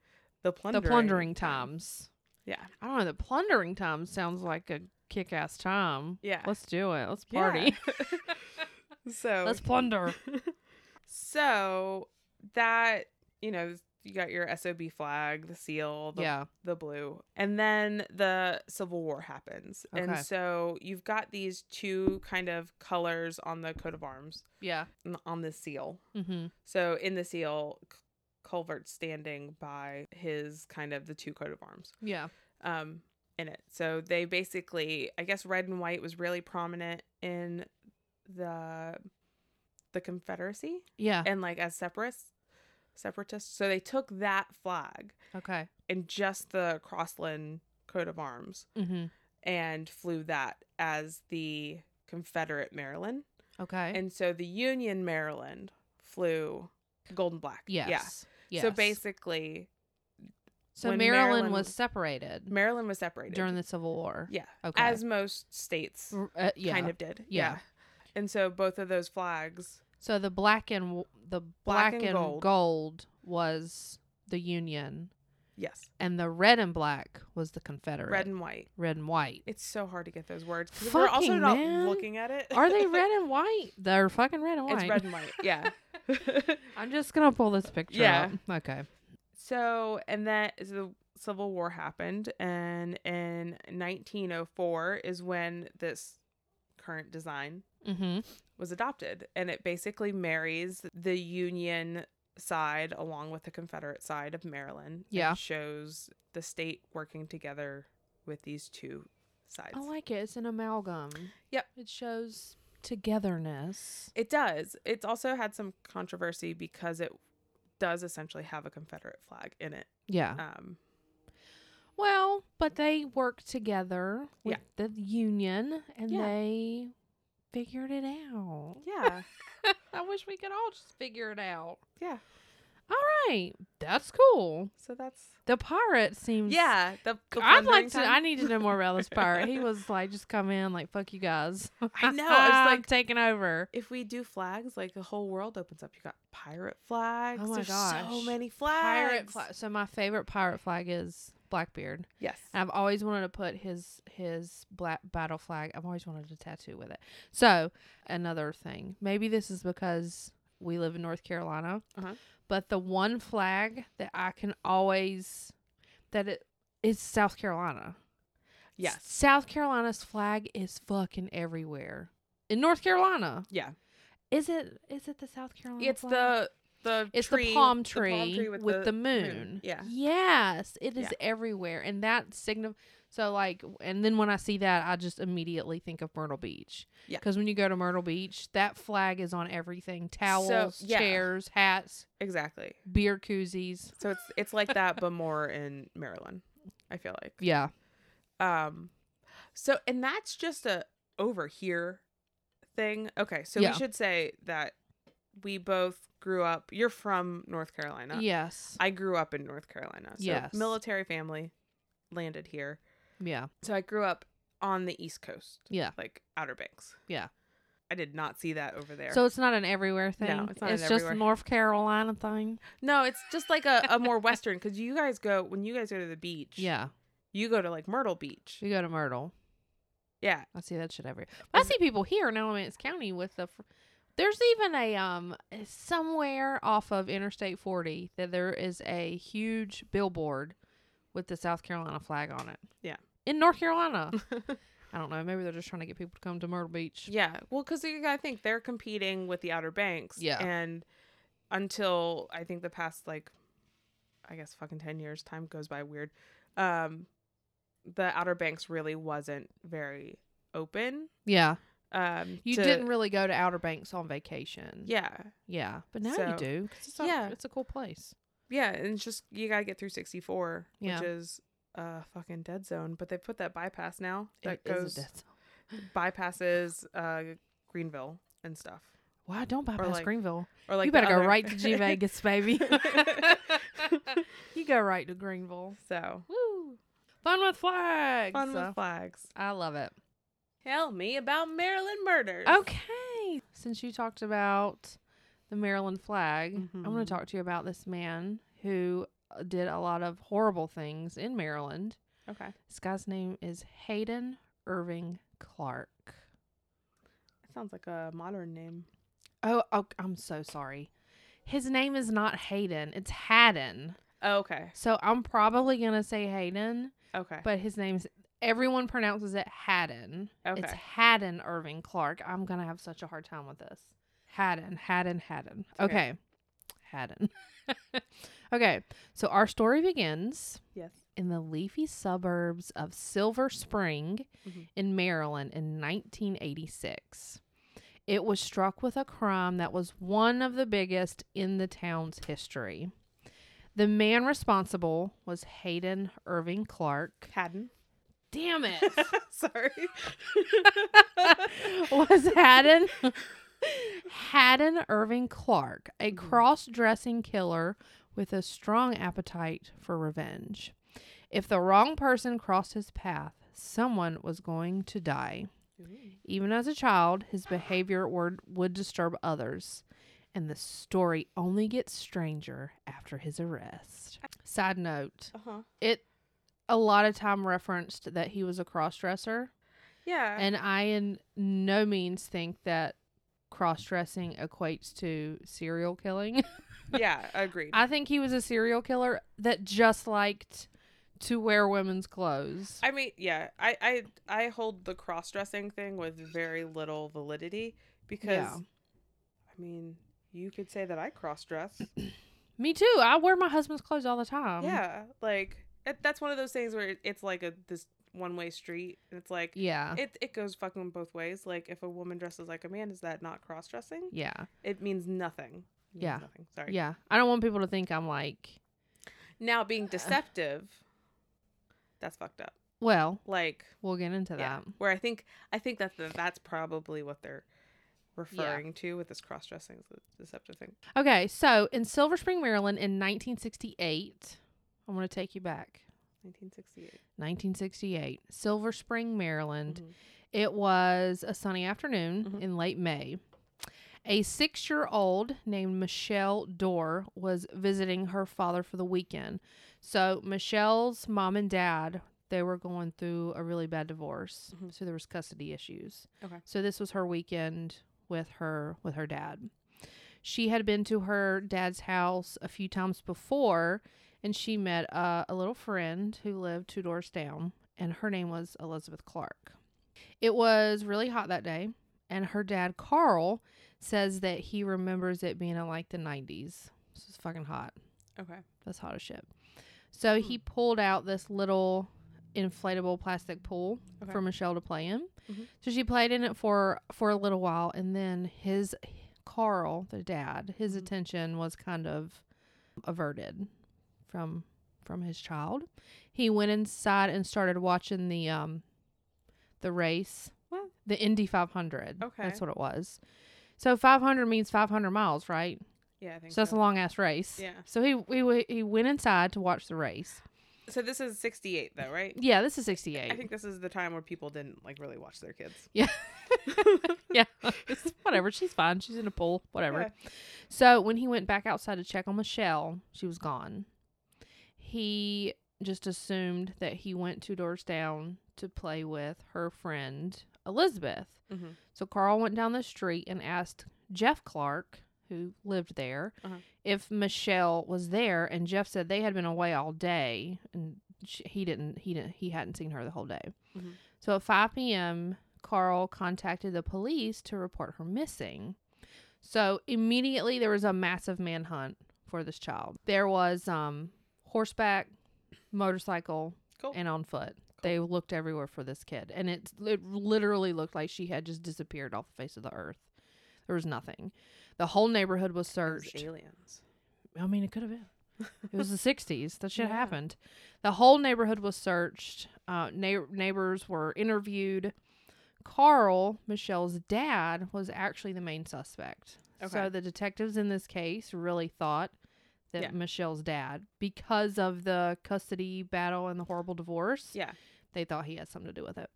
[SPEAKER 2] the plundering
[SPEAKER 1] the plundering times.
[SPEAKER 2] Yeah.
[SPEAKER 1] I don't know. The plundering time sounds like a kick ass time.
[SPEAKER 2] Yeah.
[SPEAKER 1] Let's do it. Let's
[SPEAKER 2] Yeah.
[SPEAKER 1] party.
[SPEAKER 2] so
[SPEAKER 1] Let's plunder.
[SPEAKER 2] So that you know, you got your SOB flag, the seal, the,
[SPEAKER 1] yeah.
[SPEAKER 2] the blue, and then the Civil War happens, and
[SPEAKER 1] Okay.
[SPEAKER 2] so you've got these two kind of colors on the coat of arms
[SPEAKER 1] Yeah.
[SPEAKER 2] n- on the seal.
[SPEAKER 1] Mm-hmm.
[SPEAKER 2] So in the seal, C- Culvert's standing by his kind of the two coat of arms
[SPEAKER 1] Yeah.
[SPEAKER 2] um, in it. So they basically, I guess, red and white was really prominent in the the Confederacy
[SPEAKER 1] Yeah.
[SPEAKER 2] and like as separatists separatists so they took that flag
[SPEAKER 1] Okay.
[SPEAKER 2] and just the crossland coat of arms
[SPEAKER 1] Mm-hmm.
[SPEAKER 2] and flew that as the confederate maryland
[SPEAKER 1] Okay.
[SPEAKER 2] and so the union maryland flew golden black
[SPEAKER 1] yes.
[SPEAKER 2] yeah
[SPEAKER 1] Yes.
[SPEAKER 2] so basically
[SPEAKER 1] So
[SPEAKER 2] when
[SPEAKER 1] Maryland,
[SPEAKER 2] Maryland-
[SPEAKER 1] was separated
[SPEAKER 2] maryland was separated
[SPEAKER 1] during the Civil War.
[SPEAKER 2] yeah
[SPEAKER 1] Okay.
[SPEAKER 2] as most states
[SPEAKER 1] R- uh, yeah.
[SPEAKER 2] kind of did
[SPEAKER 1] Yeah.
[SPEAKER 2] and so both of those flags
[SPEAKER 1] So the black and w- the black, and, gold. was the Union,
[SPEAKER 2] yes
[SPEAKER 1] and the red and black was the Confederate.
[SPEAKER 2] red and white
[SPEAKER 1] red and white.
[SPEAKER 2] it's so hard to get those words 'cause we're also
[SPEAKER 1] Fucking
[SPEAKER 2] not
[SPEAKER 1] man.
[SPEAKER 2] looking at it
[SPEAKER 1] Are they red and white? They're fucking red and white.
[SPEAKER 2] it's red and white yeah
[SPEAKER 1] I'm just gonna pull this picture
[SPEAKER 2] Yeah.
[SPEAKER 1] up. Okay.
[SPEAKER 2] So, and that is the Civil War happened, and in 1904 is when this current design
[SPEAKER 1] Mm-hmm.
[SPEAKER 2] was adopted, and it basically marries the Union side along with the Confederate side of Maryland.
[SPEAKER 1] Yeah.
[SPEAKER 2] and shows the state working together with these two sides.
[SPEAKER 1] Oh, I like it. It's an amalgam.
[SPEAKER 2] Yep.
[SPEAKER 1] It shows togetherness.
[SPEAKER 2] it does. It's also had some controversy because it does essentially have a Confederate flag in it.
[SPEAKER 1] Yeah.
[SPEAKER 2] Um,
[SPEAKER 1] Well, but they worked together with the union and
[SPEAKER 2] Yeah.
[SPEAKER 1] they figured it out.
[SPEAKER 2] yeah,
[SPEAKER 1] I wish we could all just figure it out.
[SPEAKER 2] yeah.
[SPEAKER 1] All right. That's cool.
[SPEAKER 2] So that's
[SPEAKER 1] The pirate seems
[SPEAKER 2] yeah. The,
[SPEAKER 1] Mm.
[SPEAKER 2] the
[SPEAKER 1] I'd
[SPEAKER 2] plundering
[SPEAKER 1] like to.
[SPEAKER 2] time.
[SPEAKER 1] I need to know more about this pirate. He was like, just come in, like, fuck you guys.
[SPEAKER 2] I know, I was
[SPEAKER 1] I'm
[SPEAKER 2] like-
[SPEAKER 1] taking over.
[SPEAKER 2] if we do flags, like the whole world opens up. You got pirate flags.
[SPEAKER 1] Oh my
[SPEAKER 2] There's so
[SPEAKER 1] gosh.
[SPEAKER 2] many flags.
[SPEAKER 1] Pirate flag. So my favorite pirate flag is Blackbeard.
[SPEAKER 2] Yes.
[SPEAKER 1] And I've always wanted to put his his black battle flag. I've always wanted to tattoo with it. So another thing, maybe this is because we live in North Carolina,
[SPEAKER 2] Uh-huh.
[SPEAKER 1] but the one flag that I can always that it is South Carolina. S-
[SPEAKER 2] Yes.
[SPEAKER 1] South Carolina's flag is fucking everywhere. In North Carolina,
[SPEAKER 2] Yeah.
[SPEAKER 1] is it is it the South Carolina?
[SPEAKER 2] It's
[SPEAKER 1] flag?
[SPEAKER 2] the the
[SPEAKER 1] It's
[SPEAKER 2] tree,
[SPEAKER 1] the palm tree,
[SPEAKER 2] with,
[SPEAKER 1] with, the, moon.
[SPEAKER 2] Yeah.
[SPEAKER 1] Yes, it is
[SPEAKER 2] Yeah.
[SPEAKER 1] everywhere, and that signif. So like, and then when I see that, I just immediately think of Myrtle Beach.
[SPEAKER 2] Yeah.
[SPEAKER 1] Because when you go to Myrtle Beach, that flag is on everything: towels,
[SPEAKER 2] yeah.
[SPEAKER 1] chairs, hats,
[SPEAKER 2] Exactly.
[SPEAKER 1] beer koozies.
[SPEAKER 2] So it's it's like that, but more in Maryland. I feel like.
[SPEAKER 1] Yeah.
[SPEAKER 2] Um. So and that's just a over here thing. Okay. So
[SPEAKER 1] Yeah.
[SPEAKER 2] we should say that we both grew up. You're from North Carolina.
[SPEAKER 1] Yes.
[SPEAKER 2] I grew up in North Carolina. So
[SPEAKER 1] Yes.
[SPEAKER 2] military family landed here.
[SPEAKER 1] yeah.
[SPEAKER 2] So I grew up on the East Coast,
[SPEAKER 1] Yeah.
[SPEAKER 2] like Outer Banks.
[SPEAKER 1] Yeah.
[SPEAKER 2] I did not see that over there.
[SPEAKER 1] So it's not an everywhere thing.
[SPEAKER 2] it's not an
[SPEAKER 1] just
[SPEAKER 2] everywhere.
[SPEAKER 1] North Carolina thing.
[SPEAKER 2] no, it's just like a, a more western because you guys go when you guys go to the beach.
[SPEAKER 1] Yeah.
[SPEAKER 2] You go to like Myrtle Beach.
[SPEAKER 1] We go to Myrtle.
[SPEAKER 2] Yeah.
[SPEAKER 1] I see that shit everywhere. I see people here in Alamance County with the. Fr- There's even a um somewhere off of Interstate 40 that there is a huge billboard with the South Carolina flag on it.
[SPEAKER 2] Yeah.
[SPEAKER 1] In North Carolina. I don't know. Maybe they're just trying to get people to come to Myrtle Beach.
[SPEAKER 2] Yeah. Well, because you gotta think they're competing with the Outer Banks.
[SPEAKER 1] Yeah.
[SPEAKER 2] And until I think the past like, I guess fucking ten years, time goes by weird. Um, the Outer Banks really wasn't very open.
[SPEAKER 1] Yeah.
[SPEAKER 2] Um,
[SPEAKER 1] You
[SPEAKER 2] to-
[SPEAKER 1] didn't really go to Outer Banks on vacation.
[SPEAKER 2] Yeah,
[SPEAKER 1] Yeah. But now
[SPEAKER 2] So-
[SPEAKER 1] you do. 'cause it's a,
[SPEAKER 2] Yeah.
[SPEAKER 1] It's a cool place.
[SPEAKER 2] yeah, and it's just you gotta get through sixty four,
[SPEAKER 1] Yeah.
[SPEAKER 2] which is a fucking dead zone. But they put that bypass now that
[SPEAKER 1] It is a
[SPEAKER 2] goes
[SPEAKER 1] death zone.
[SPEAKER 2] bypasses uh, Greenville and stuff.
[SPEAKER 1] Why don't bypass
[SPEAKER 2] like-
[SPEAKER 1] Greenville?
[SPEAKER 2] Or like
[SPEAKER 1] you
[SPEAKER 2] the
[SPEAKER 1] better go
[SPEAKER 2] other-
[SPEAKER 1] right to G Vegas, baby. you go right to Greenville.
[SPEAKER 2] so
[SPEAKER 1] Woo! Fun with flags.
[SPEAKER 2] fun with flags.
[SPEAKER 1] I love it.
[SPEAKER 2] Tell me about Maryland murders.
[SPEAKER 1] Okay. Since you talked about the Maryland flag, I'm going to
[SPEAKER 2] Mhm.
[SPEAKER 1] talk to you about this man who uh, did a lot of horrible things in Maryland.
[SPEAKER 2] okay. That
[SPEAKER 1] This guy's name is Hayden Irving Clark.
[SPEAKER 2] sounds like a modern name.
[SPEAKER 1] Oh, oh I'm so sorry. His name is not Hayden, it's Haddon.
[SPEAKER 2] Oh, okay.
[SPEAKER 1] So I'm probably going to say Hayden,
[SPEAKER 2] Okay.
[SPEAKER 1] but his name's everyone pronounces it Haddon.
[SPEAKER 2] okay.
[SPEAKER 1] It's Haddon Irving Clark. I'm gonna have such a hard time with this. Haddon, Haddon, Haddon.
[SPEAKER 2] okay.
[SPEAKER 1] Okay. Haddon. okay. So our story begins
[SPEAKER 2] yes.
[SPEAKER 1] in the leafy suburbs of Silver Spring
[SPEAKER 2] Mhm.
[SPEAKER 1] in Maryland in 1986. It was struck with a crime that was one of the biggest in the town's history. The man responsible was Hayden Irving Clark.
[SPEAKER 2] Haddon.
[SPEAKER 1] Damn it.
[SPEAKER 2] Sorry.
[SPEAKER 1] was Haddon Haddon Irving Clark, a
[SPEAKER 2] Mhm.
[SPEAKER 1] cross-dressing killer with a strong appetite for revenge. If the wrong person crossed his path, someone was going to die. Even as a child, his behavior would, would disturb others, and the story only gets stranger after his arrest. Side note,
[SPEAKER 2] Uh huh.
[SPEAKER 1] it a lot of time referenced that he was a cross-dresser.
[SPEAKER 2] Yeah.
[SPEAKER 1] And I, in no means, think that cross dressing equates to serial killing.
[SPEAKER 2] yeah. Agreed. I,
[SPEAKER 1] I think he was a serial killer that just liked to wear women's clothes.
[SPEAKER 2] mean, yeah. I I I hold the cross dressing thing with very little validity because,
[SPEAKER 1] Yeah.
[SPEAKER 2] I mean, you could say that I cross dress.
[SPEAKER 1] Me too. I wear my husband's clothes all the time.
[SPEAKER 2] yeah. Like it, that's one of those things where it, it's like a this one way street. and It's like
[SPEAKER 1] Yeah.
[SPEAKER 2] it it goes fucking both ways. Like if a woman dresses like a man, is that not cross dressing?
[SPEAKER 1] yeah.
[SPEAKER 2] It means nothing. It means
[SPEAKER 1] Yeah.
[SPEAKER 2] Nothing. Sorry.
[SPEAKER 1] Yeah. I don't want people to think I'm like,
[SPEAKER 2] Now being deceptive, that's fucked up.
[SPEAKER 1] well,
[SPEAKER 2] Like
[SPEAKER 1] we'll get into
[SPEAKER 2] yeah,
[SPEAKER 1] that.
[SPEAKER 2] where I think I think that the, that's probably what they're referring to with this cross dressing is the deceptive thing.
[SPEAKER 1] Okay. So in Silver Spring, Maryland in 1968, I'm going to take you back.
[SPEAKER 2] 1968.
[SPEAKER 1] 1968, Silver Spring, Maryland.
[SPEAKER 2] Mhm.
[SPEAKER 1] It was a sunny afternoon
[SPEAKER 2] Mhm.
[SPEAKER 1] in late May. A six year old named Michelle Dorr was visiting her father for the weekend. So, Michelle's mom and dad, they were going through a really bad divorce.
[SPEAKER 2] Mhm.
[SPEAKER 1] So, there was custody issues.
[SPEAKER 2] Okay.
[SPEAKER 1] So, this was her weekend with her with her dad. She had been to her dad's house a few times before and she met uh, a little friend who lived two doors down and her name was Elizabeth Clark. It was really hot that day, and her dad, Carl, says that he remembers it being in like the 90s. This is fucking hot.
[SPEAKER 2] Okay.
[SPEAKER 1] That's hot as shit. So he
[SPEAKER 2] Hmm.
[SPEAKER 1] pulled out this little inflatable plastic pool
[SPEAKER 2] Okay.
[SPEAKER 1] for Michelle to play in.
[SPEAKER 2] Mhm.
[SPEAKER 1] So she played in it for for a little while, and then his Carl, the dad, his
[SPEAKER 2] Mhm.
[SPEAKER 1] attention was kind of averted from from his child. He went inside and started watching the um the race,
[SPEAKER 2] What?
[SPEAKER 1] the Indy 500.
[SPEAKER 2] Okay.
[SPEAKER 1] that's what it was. So 500 means 500 miles, right?
[SPEAKER 2] Yeah, I think
[SPEAKER 1] So that's a long ass race.
[SPEAKER 2] Yeah.
[SPEAKER 1] So he, he w- he went inside to watch the race.
[SPEAKER 2] So this is 68 though, right?
[SPEAKER 1] Yeah, this is
[SPEAKER 2] I
[SPEAKER 1] 68.
[SPEAKER 2] think this is the time where people didn't like really watch their kids.
[SPEAKER 1] yeah. whatever. She's fine. She's in a pool. Whatever.
[SPEAKER 2] Yeah.
[SPEAKER 1] So when he went back outside to check on Michelle, she was gone. He just assumed that he went two doors down to play with her friend Elizabeth.
[SPEAKER 2] Mhm.
[SPEAKER 1] So Carl went down the street and asked Jeff Clark, who lived there,
[SPEAKER 2] Uh-huh.
[SPEAKER 1] if Michelle was there, and Jeff said they had been away all day, and sh he didn't, he didn't, he hadn't seen her the whole day.
[SPEAKER 2] Mhm.
[SPEAKER 1] So at 5 p.m., Carl contacted the police to report her missing. So immediately there was a massive manhunt for this child. There was um horseback, motorcycle,
[SPEAKER 2] Cool.
[SPEAKER 1] and on foot. They looked everywhere for this kid, and it it literally looked like she had just disappeared off the face of the earth. There was nothing. The whole neighborhood was
[SPEAKER 2] Those
[SPEAKER 1] searched.
[SPEAKER 2] aliens.
[SPEAKER 1] I mean, it could have been. It was the '60s. That shit
[SPEAKER 2] Yeah.
[SPEAKER 1] happened. The whole neighborhood was searched. Uh, neigh- neighbors were interviewed. Carl Michelle's dad was actually the main suspect.
[SPEAKER 2] Okay.
[SPEAKER 1] So the detectives in this case really thought that
[SPEAKER 2] Yeah.
[SPEAKER 1] Michelle's dad, because of the custody battle and the horrible divorce,
[SPEAKER 2] Yeah.
[SPEAKER 1] they thought he had something to do with it.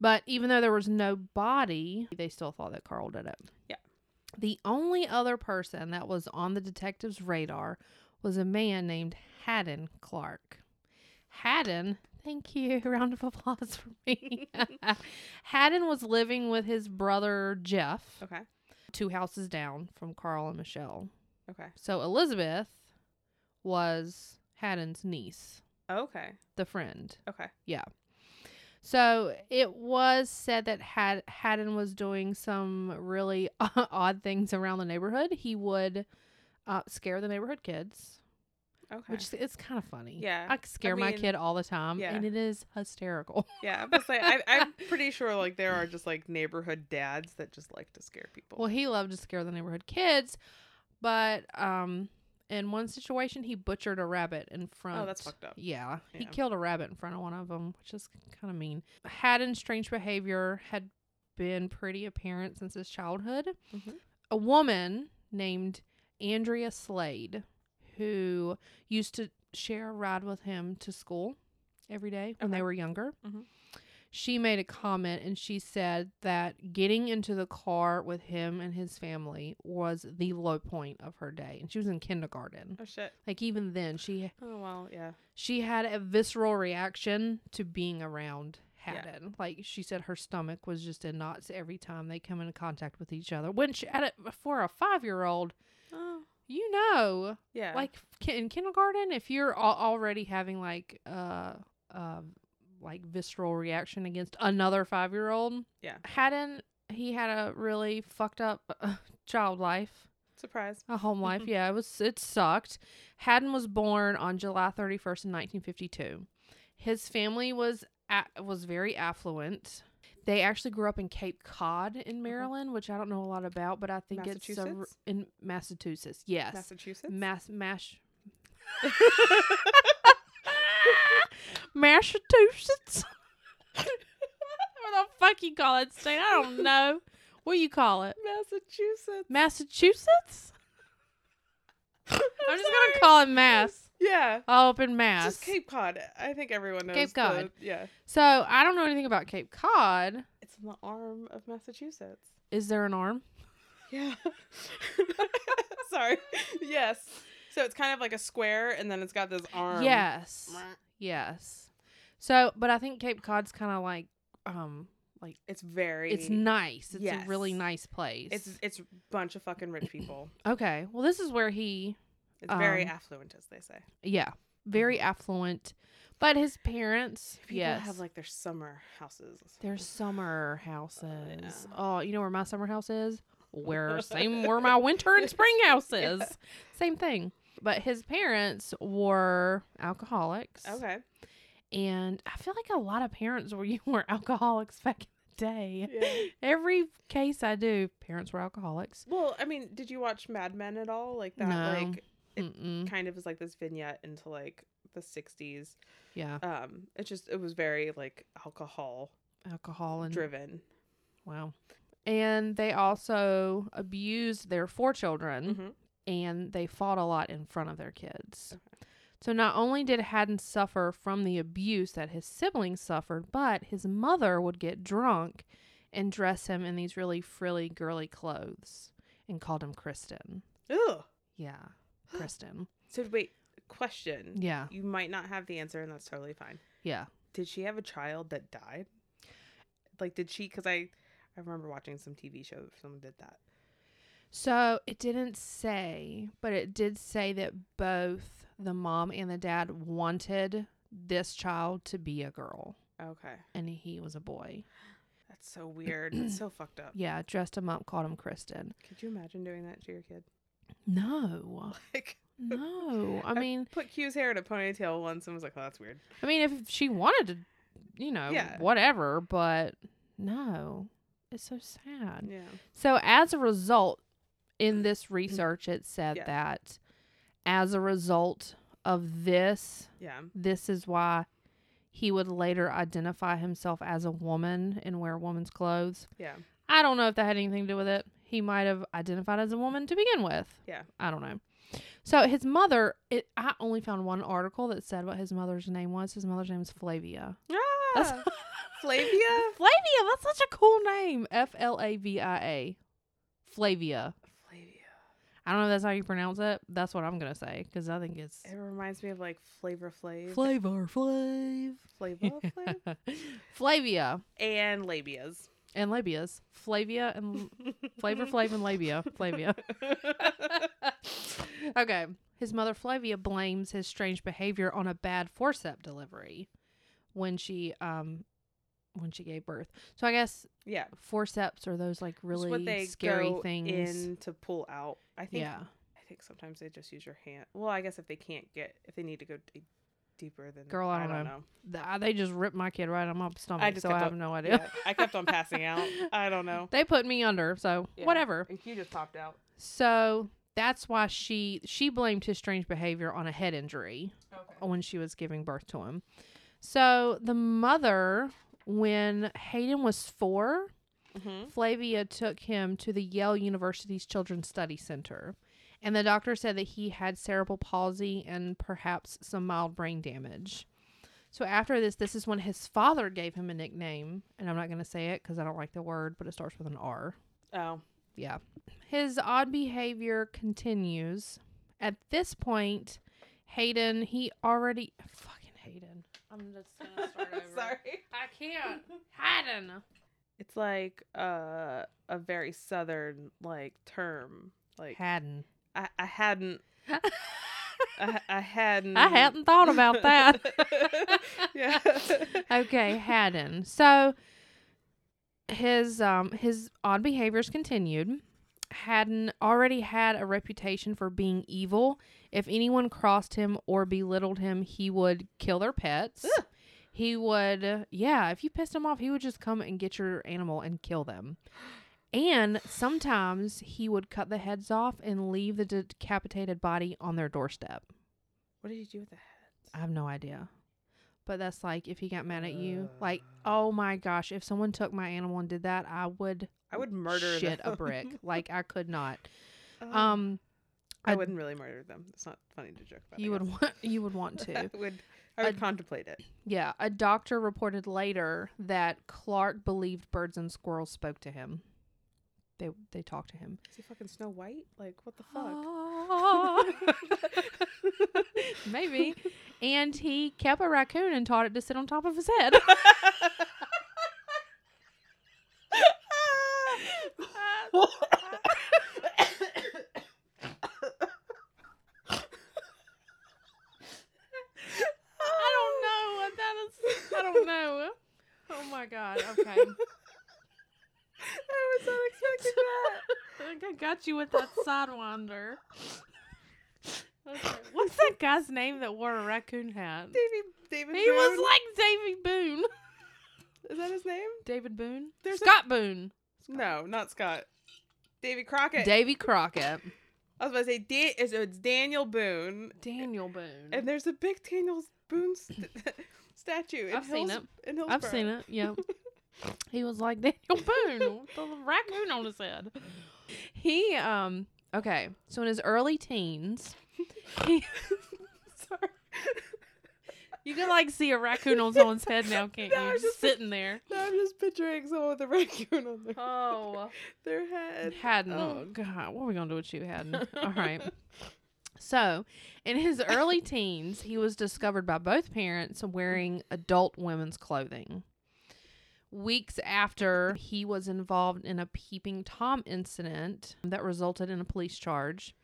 [SPEAKER 1] But even though there was no body, they still thought that Carl did it.
[SPEAKER 2] Yeah.
[SPEAKER 1] The only other person that was on the detective's radar was a man named Haddon Clark. Haddon, thank you. Round of applause for me. Haddon was living with his brother Jeff,
[SPEAKER 2] Okay.
[SPEAKER 1] two houses down from Carl and Michelle.
[SPEAKER 2] Okay.
[SPEAKER 1] So Elizabeth was Haddon's niece,
[SPEAKER 2] Okay.
[SPEAKER 1] the friend.
[SPEAKER 2] Okay.
[SPEAKER 1] So it was said that had Haddon was doing some really odd things around the neighborhood. He would uh, scare the neighborhood kids,
[SPEAKER 2] Okay.
[SPEAKER 1] which is, it's kind of funny.
[SPEAKER 2] Yeah.
[SPEAKER 1] I scare my
[SPEAKER 2] mean,
[SPEAKER 1] kid all the time,
[SPEAKER 2] yeah.
[SPEAKER 1] and it is hysterical.
[SPEAKER 2] yeah. But like, I, I'm pretty sure like there are just like neighborhood dads that just like to scare people.
[SPEAKER 1] Well, he loved to scare the neighborhood kids, but um, in one situation, he butchered a rabbit in front.
[SPEAKER 2] Oh, that's fucked up.
[SPEAKER 1] Yeah, he
[SPEAKER 2] Yeah.
[SPEAKER 1] killed a rabbit in front of one of them, which is kind of mean. Haddon's strange behavior had been pretty apparent since his childhood.
[SPEAKER 2] Mhm.
[SPEAKER 1] A woman named Andrea Slade, who used to share a ride with him to school every day when
[SPEAKER 2] Okay.
[SPEAKER 1] they were younger.
[SPEAKER 2] Mhm.
[SPEAKER 1] She made a comment and she said that getting into the car with him and his family was the low point of her day. And she was in kindergarten.
[SPEAKER 2] oh shit.
[SPEAKER 1] Like even then, she
[SPEAKER 2] Oh well. Yeah.
[SPEAKER 1] she had a visceral reaction to being around
[SPEAKER 2] Yeah.
[SPEAKER 1] Haddon. Like she said, her stomach was just in knots every time they come into contact with each other. Which, at a, for a five year old,
[SPEAKER 2] Oh.
[SPEAKER 1] you know,
[SPEAKER 2] Yeah.
[SPEAKER 1] like ki- in kindergarten, if you're al- already having like uh uh like visceral reaction against another five year old,
[SPEAKER 2] Yeah.
[SPEAKER 1] Haddon he had a really fucked up child life
[SPEAKER 2] surprise.
[SPEAKER 1] a home life. yeah, it was it sucked. Haddon was born on July 31st in 1952. His family was a was very affluent. They actually grew up in Cape Cod in Maryland, which I don't know a lot about, but I think it's a r-
[SPEAKER 2] Massachusetts?
[SPEAKER 1] in Massachusetts. Yes.
[SPEAKER 2] Massachusetts.
[SPEAKER 1] Mass mash Massachusetts. what the fuck you call it state? I don't know. What you call it?
[SPEAKER 2] Massachusetts.
[SPEAKER 1] Massachusetts? I'm just gonna call it Mass.
[SPEAKER 2] Yeah.
[SPEAKER 1] All up in
[SPEAKER 2] It's
[SPEAKER 1] Mass.
[SPEAKER 2] Just Cape Cod. I think everyone knows.
[SPEAKER 1] Cape
[SPEAKER 2] the-
[SPEAKER 1] Cod.
[SPEAKER 2] yeah.
[SPEAKER 1] so I don't know anything about Cape Cod.
[SPEAKER 2] It's in the arm of Massachusetts.
[SPEAKER 1] Is there an arm?
[SPEAKER 2] Yeah. Sorry. Yes. So it's kind of like a square, and then it's got this arm.
[SPEAKER 1] Yes.
[SPEAKER 2] Mwah.
[SPEAKER 1] Yes. So, but I think Cape Cod's kind of like, um, like
[SPEAKER 2] It's very.
[SPEAKER 1] it's nice. It's a really
[SPEAKER 2] Yes.
[SPEAKER 1] nice place.
[SPEAKER 2] It's it's a bunch of fucking rich people.
[SPEAKER 1] okay. Well, this is where he,
[SPEAKER 2] It's very
[SPEAKER 1] Um,
[SPEAKER 2] affluent, as they say.
[SPEAKER 1] yeah, very
[SPEAKER 2] Mm-hmm.
[SPEAKER 1] affluent, but his parents,
[SPEAKER 2] People
[SPEAKER 1] yes,
[SPEAKER 2] have like their summer houses.
[SPEAKER 1] Their summer
[SPEAKER 2] Oh,
[SPEAKER 1] houses.
[SPEAKER 2] yeah.
[SPEAKER 1] Oh, you know where my summer house is? Where same where my winter and spring house
[SPEAKER 2] Yeah.
[SPEAKER 1] is. Same thing. But his parents were alcoholics.
[SPEAKER 2] Okay.
[SPEAKER 1] And I feel like a lot of parents were you were alcoholics back in the day.
[SPEAKER 2] Yeah.
[SPEAKER 1] Every case I do, parents were alcoholics.
[SPEAKER 2] Well, I mean, did you watch Mad Men at all? Like that,
[SPEAKER 1] No.
[SPEAKER 2] like It-
[SPEAKER 1] Mm-mm.
[SPEAKER 2] kind of is like this vignette into like the '60s.
[SPEAKER 1] Yeah,
[SPEAKER 2] Um, it just it was very like alcohol
[SPEAKER 1] alcohol and
[SPEAKER 2] driven.
[SPEAKER 1] wow. And they also abused their four children.
[SPEAKER 2] Mm-hmm.
[SPEAKER 1] and they fought a lot in front of their kids. So not only did Haddon suffer from the abuse that his siblings suffered, but his mother would get drunk and dress him in these really frilly, girly clothes and called him Kristen.
[SPEAKER 2] Mm-hmm. Ugh.
[SPEAKER 1] Yeah, Kristen.
[SPEAKER 2] So wait, question.
[SPEAKER 1] Yeah,
[SPEAKER 2] You might not have the answer, and that's totally fine.
[SPEAKER 1] yeah.
[SPEAKER 2] Did she have a child that died? Like, did she? Because I, I remember watching some TV show that someone did that.
[SPEAKER 1] So it didn't say, but it did say that both the mom and the dad wanted this child to be a girl
[SPEAKER 2] Okay,
[SPEAKER 1] and he was a boy.
[SPEAKER 2] that's so weird. It's so fucked up.
[SPEAKER 1] Yeah, dressed him up, called him Kristen.
[SPEAKER 2] Could you imagine doing that to your kid?
[SPEAKER 1] No,
[SPEAKER 2] Like,
[SPEAKER 1] no. I
[SPEAKER 2] I-
[SPEAKER 1] mean,
[SPEAKER 2] put Q's hair in a ponytail once and was like, "Oh, that's weird."
[SPEAKER 1] I mean, if she wanted to you know,
[SPEAKER 2] Yeah.
[SPEAKER 1] whatever, but no. It's so sad.
[SPEAKER 2] Yeah.
[SPEAKER 1] So, as a result, in this research, it said
[SPEAKER 2] Yeah.
[SPEAKER 1] that as a result of this,
[SPEAKER 2] Yeah.
[SPEAKER 1] this is why he would later identify himself as a woman and wear woman's clothes.
[SPEAKER 2] Yeah.
[SPEAKER 1] I don't know if that had anything to do with it. He might have identified as a woman to begin with.
[SPEAKER 2] Yeah.
[SPEAKER 1] I don't know. So his mother, it, I only found one article that said what his mother's name was. His mother's name was Flavia. That's-
[SPEAKER 2] Ah, Flavia.
[SPEAKER 1] Flavia, that's such a cool name. F L A V I A. Flavia.
[SPEAKER 2] Flavia.
[SPEAKER 1] I don't know if that's how you pronounce it. That's what I'm going to say because I think it's
[SPEAKER 2] It reminds me of like Flavor Flav.
[SPEAKER 1] Flavor Flav.
[SPEAKER 2] Flavor Flav.
[SPEAKER 1] Flavia
[SPEAKER 2] and labias.
[SPEAKER 1] and Labias. Flavia and Flavor Flav and Labia. Flavia. okay. His mother Flavia blames his strange behavior on a bad forcep delivery when she um when she gave birth. So I guess
[SPEAKER 2] yeah.
[SPEAKER 1] forceps are those like
[SPEAKER 2] It's
[SPEAKER 1] really
[SPEAKER 2] what they
[SPEAKER 1] scary
[SPEAKER 2] go
[SPEAKER 1] things.
[SPEAKER 2] in to pull out. I think.
[SPEAKER 1] yeah.
[SPEAKER 2] I think sometimes they just use your hand. Well, I guess if they can't get, if they need to go d- deeper than.
[SPEAKER 1] Girl, I don't know. Th- I- they just ripped my kid right out of my stomach,
[SPEAKER 2] just
[SPEAKER 1] so
[SPEAKER 2] got
[SPEAKER 1] I
[SPEAKER 2] the-
[SPEAKER 1] have no idea.
[SPEAKER 2] Yeah, I kept on passing out. I don't know.
[SPEAKER 1] They put me under, so
[SPEAKER 2] Yeah.
[SPEAKER 1] whatever.
[SPEAKER 2] And Q just popped out.
[SPEAKER 1] So that's why she she blamed his strange behavior on a head injury.
[SPEAKER 2] Okay.
[SPEAKER 1] when she was giving birth to him. So the mother, when Hayden was four,
[SPEAKER 2] Mm-hmm.
[SPEAKER 1] Flavia took him to the Yale University's Children's Study Center. And the doctor said that he had cerebral palsy and perhaps some mild brain damage. So after this, this is when his father gave him a nickname. And I'm not going to say it because I don't like the word, but it starts with an R.
[SPEAKER 2] Oh.
[SPEAKER 1] Yeah. His odd behavior continues. At this point, Hayden, he already fucking Hayden. I'm just gonna start over.
[SPEAKER 2] Sorry.
[SPEAKER 1] I can't. Hayden.
[SPEAKER 2] It's like uh, a very southern like term. Like
[SPEAKER 1] Hayden.
[SPEAKER 2] I, I hadn't. I, I hadn't.
[SPEAKER 1] I hadn't thought about that.
[SPEAKER 2] yeah.
[SPEAKER 1] okay, Haddon. So his um his odd behaviors continued. Haddon already had a reputation for being evil. If anyone crossed him or belittled him, he would kill their pets.
[SPEAKER 2] Ugh.
[SPEAKER 1] He would, yeah, if you pissed him off, he would just come and get your animal and kill them. And sometimes he would cut the heads off and leave the decapitated body on their doorstep.
[SPEAKER 2] What did you do with the heads?
[SPEAKER 1] I have no idea. But that's like if he got mad at you, like,
[SPEAKER 2] Uh.
[SPEAKER 1] oh my gosh, if someone took my animal and did that, I would
[SPEAKER 2] I would murder
[SPEAKER 1] shit
[SPEAKER 2] them.
[SPEAKER 1] a brick. Like I could not.
[SPEAKER 2] Oh,
[SPEAKER 1] Um,
[SPEAKER 2] I
[SPEAKER 1] I'd-
[SPEAKER 2] wouldn't really murder them. It's not funny to joke about. I
[SPEAKER 1] you would
[SPEAKER 2] guess.
[SPEAKER 1] want you would want to.
[SPEAKER 2] I would. I would
[SPEAKER 1] I'd-
[SPEAKER 2] contemplate it.
[SPEAKER 1] Yeah, a doctor reported later that Clark believed birds and squirrels spoke to him. They they talked to him.
[SPEAKER 2] Is he fucking Snow White? Like what the
[SPEAKER 1] Ah,
[SPEAKER 2] fuck?
[SPEAKER 1] maybe. And he kept a raccoon and taught it to sit on top of his head. I don't know what that is. I don't know. Oh my god. Okay.
[SPEAKER 2] I was not expecting that.
[SPEAKER 1] I think I got you with that sidewinder. Okay. What's that guy's name that wore a raccoon hat?
[SPEAKER 2] Davy, David.
[SPEAKER 1] He was
[SPEAKER 2] Boone.
[SPEAKER 1] like Davy Boone.
[SPEAKER 2] Is that his name?
[SPEAKER 1] David Boone?
[SPEAKER 2] There's a-
[SPEAKER 1] Scott Boone.
[SPEAKER 2] No, not Scott. Davy Crockett.
[SPEAKER 1] Davy Crockett.
[SPEAKER 2] I was about to say da- it's, it's Daniel Boone,
[SPEAKER 1] Daniel Boone.
[SPEAKER 2] and there's a big Daniel Boone st- statue. In
[SPEAKER 1] I've seen
[SPEAKER 2] Hills- In
[SPEAKER 1] I've seen it. Yeah. he was like Daniel Boone with the raccoon on his head. He um okay. So in his early teens, he,
[SPEAKER 2] Sorry.
[SPEAKER 1] you can like see a raccoon on someone's head now, can't
[SPEAKER 2] No, I
[SPEAKER 1] you?
[SPEAKER 2] was
[SPEAKER 1] Just
[SPEAKER 2] just-
[SPEAKER 1] sitting there.
[SPEAKER 2] Now I'm just picturing someone with a raccoon on their,
[SPEAKER 1] Oh,
[SPEAKER 2] their head.
[SPEAKER 1] Haddon.
[SPEAKER 2] Oh.
[SPEAKER 1] Oh God, what are we gonna do with you, Haddon? All right. So, in his early teens, he was discovered by both parents wearing adult women's clothing. Weeks after, he was involved in a peeping Tom incident that resulted in a police charge.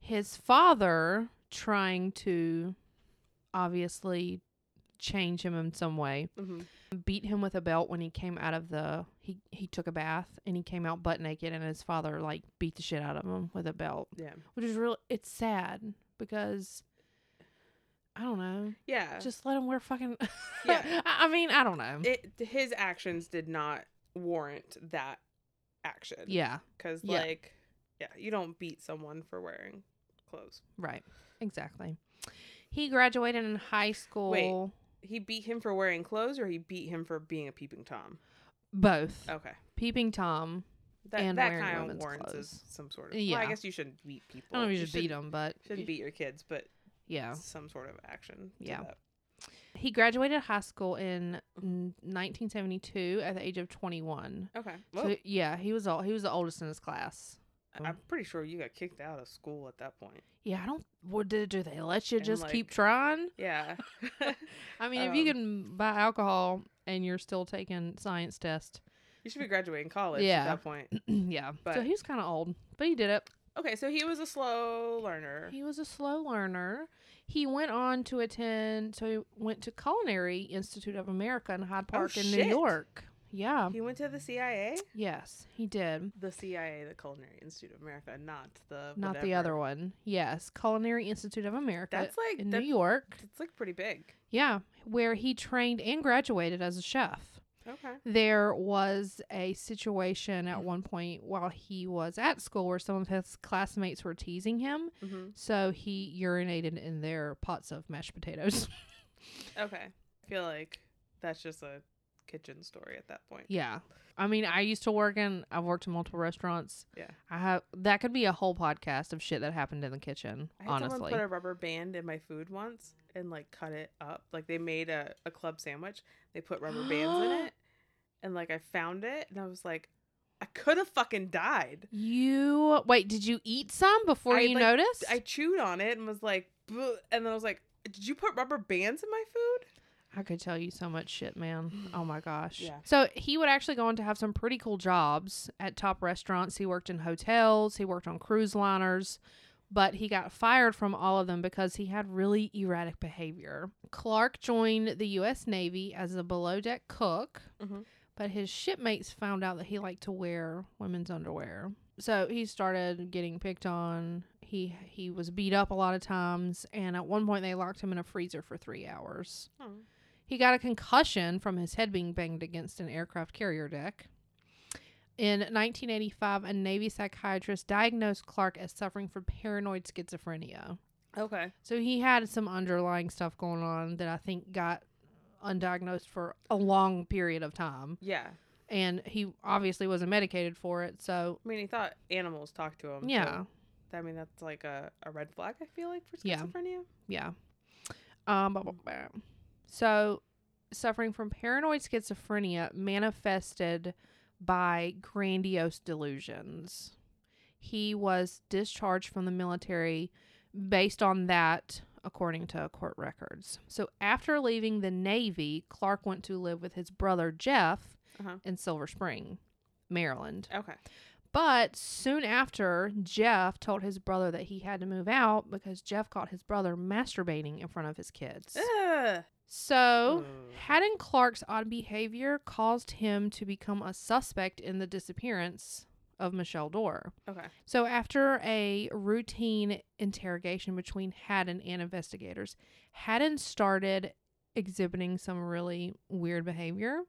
[SPEAKER 1] His father, trying to obviously change him in some way,
[SPEAKER 2] hmm
[SPEAKER 1] beat him with a belt when he came out of the he he took a bath and he came out butt naked and his father like beat the shit out of him with a belt
[SPEAKER 2] Yeah.
[SPEAKER 1] which is real it's sad because I don't know.
[SPEAKER 2] Yeah.
[SPEAKER 1] Just let him wear fucking.
[SPEAKER 2] Uh, Yeah.
[SPEAKER 1] I, I mean, I don't know.
[SPEAKER 2] it his actions did not warrant that action.
[SPEAKER 1] yeah.
[SPEAKER 2] Cuz
[SPEAKER 1] Yeah.
[SPEAKER 2] like yeah, you don't beat someone for wearing clothes.
[SPEAKER 1] Right. Exactly. He graduated in high school.
[SPEAKER 2] He beat him for wearing clothes or he beat him for being a peeping tom.
[SPEAKER 1] Both.
[SPEAKER 2] Okay.
[SPEAKER 1] Peeping Tom.
[SPEAKER 2] That
[SPEAKER 1] And
[SPEAKER 2] that
[SPEAKER 1] wearing
[SPEAKER 2] kind of
[SPEAKER 1] women's
[SPEAKER 2] warrants
[SPEAKER 1] clothes.
[SPEAKER 2] is some sort of yeah. I
[SPEAKER 1] Yeah.
[SPEAKER 2] guess Oh, you shouldn't beat people.
[SPEAKER 1] I don't know if you should beat
[SPEAKER 2] shouldn't-
[SPEAKER 1] him, but
[SPEAKER 2] Shouldn't beat your kids, but
[SPEAKER 1] yeah.
[SPEAKER 2] some sort of action. to
[SPEAKER 1] Yeah.
[SPEAKER 2] that.
[SPEAKER 1] He graduated high school in mm, 1972 at the age of 21.
[SPEAKER 2] Okay. Well,
[SPEAKER 1] So yeah, he was all he was the oldest in his class. um,
[SPEAKER 2] I'm pretty sure you got kicked out of school at that point.
[SPEAKER 1] Yeah, I don't. What did do they let you
[SPEAKER 2] And,
[SPEAKER 1] just keep
[SPEAKER 2] like-
[SPEAKER 1] trying?
[SPEAKER 2] Yeah.
[SPEAKER 1] I mean, if you
[SPEAKER 2] Um,
[SPEAKER 1] can buy alcohol and you're still taking science test,
[SPEAKER 2] you should be graduating college
[SPEAKER 1] Yeah.
[SPEAKER 2] at that point.
[SPEAKER 1] yeah. so
[SPEAKER 2] But-
[SPEAKER 1] he was kind of old, but he did it.
[SPEAKER 2] Okay, so he was a slow learner.
[SPEAKER 1] He was a slow learner. He went on to attend, so he went to Culinary Institute of America in Hyde Park in New
[SPEAKER 2] Oh, shit.
[SPEAKER 1] York. Yeah.
[SPEAKER 2] He went to the CIA?
[SPEAKER 1] Yes, he did.
[SPEAKER 2] The CIA, the Culinary Institute of America, not the
[SPEAKER 1] Not the
[SPEAKER 2] whatever.
[SPEAKER 1] other one. Yes, Culinary Institute of America
[SPEAKER 2] That's like
[SPEAKER 1] in
[SPEAKER 2] that-
[SPEAKER 1] New York.
[SPEAKER 2] It's like pretty big.
[SPEAKER 1] Yeah, where he trained and graduated as a chef.
[SPEAKER 2] Okay.
[SPEAKER 1] There was a situation at one point while he was at school where some of his classmates were teasing him,
[SPEAKER 2] hmm
[SPEAKER 1] so he urinated in their pots of mashed potatoes.
[SPEAKER 2] Okay. I feel like that's just a kitchen story at that point.
[SPEAKER 1] yeah. I mean, I used to work in I've worked in multiple restaurants.
[SPEAKER 2] Yeah.
[SPEAKER 1] I have that could be a whole podcast of shit that happened in the kitchen,
[SPEAKER 2] I had someone
[SPEAKER 1] honestly.
[SPEAKER 2] put a rubber band in my food once and like cut it up. Like they made a, a club sandwich. They put rubber bands in it. And like I found it and I was like, I could have fucking died.
[SPEAKER 1] You wait, did you eat some before
[SPEAKER 2] I,
[SPEAKER 1] you
[SPEAKER 2] like,
[SPEAKER 1] noticed?
[SPEAKER 2] I chewed on it and was like, "Bleh," and then I was like, did you put rubber bands in my food?
[SPEAKER 1] I could tell you so much shit, man. Oh my gosh.
[SPEAKER 2] Yeah.
[SPEAKER 1] So he would actually go on to have some pretty cool jobs at top restaurants. He worked in hotels, he worked on cruise liners, but he got fired from all of them because he had really erratic behavior. Clark joined the U.S. Navy as a below deck cook,
[SPEAKER 2] Mhm.
[SPEAKER 1] but his shipmates found out that he liked to wear women's underwear. So he started getting picked on. He he was beat up a lot of times, and at one point they locked him in a freezer for three hours.
[SPEAKER 2] Oh.
[SPEAKER 1] He got a concussion from his head being banged against an aircraft carrier deck. In 1985, a Navy psychiatrist diagnosed Clark as suffering from paranoid schizophrenia.
[SPEAKER 2] Okay.
[SPEAKER 1] So he had some underlying stuff going on that I think got undiagnosed for a long period of time.
[SPEAKER 2] Yeah.
[SPEAKER 1] And he obviously wasn't medicated for it. So,
[SPEAKER 2] I mean, he thought animals talked to him. so
[SPEAKER 1] yeah.
[SPEAKER 2] I mean, that's like a, a red flag, I feel like, for
[SPEAKER 1] Yeah.
[SPEAKER 2] schizophrenia.
[SPEAKER 1] Yeah. Um, blah, blah, blah. So, suffering from paranoid schizophrenia manifested by grandiose delusions. He was discharged from the military based on that, according to court records. So, after leaving the Navy, Clark went to live with his brother Jeff
[SPEAKER 2] Uh-huh.
[SPEAKER 1] in Silver Spring, Maryland.
[SPEAKER 2] Okay.
[SPEAKER 1] But soon after, Jeff told his brother that he had to move out because Jeff caught his brother masturbating in front of his kids.
[SPEAKER 2] Ugh.
[SPEAKER 1] So,
[SPEAKER 2] Ugh.
[SPEAKER 1] Haddon Clark's odd behavior caused him to become a suspect in the disappearance of Michelle Dorr.
[SPEAKER 2] Okay.
[SPEAKER 1] So, after a routine interrogation between Haddon and investigators, Haddon started exhibiting some really weird behavior.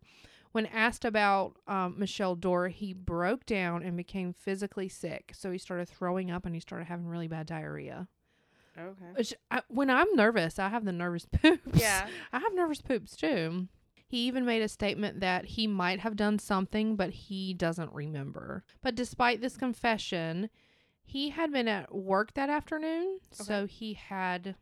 [SPEAKER 1] When asked about um, Michelle Dorr, he broke down and became physically sick. So, he started throwing up and he started having really bad diarrhea.
[SPEAKER 2] Okay.
[SPEAKER 1] Which, I, when I'm nervous, I have the nervous poops.
[SPEAKER 2] Mm-hmm. Yeah.
[SPEAKER 1] I have nervous poops too. He even made a statement that he might have done something, but he doesn't remember. But despite this confession, he had been at work that afternoon, so he had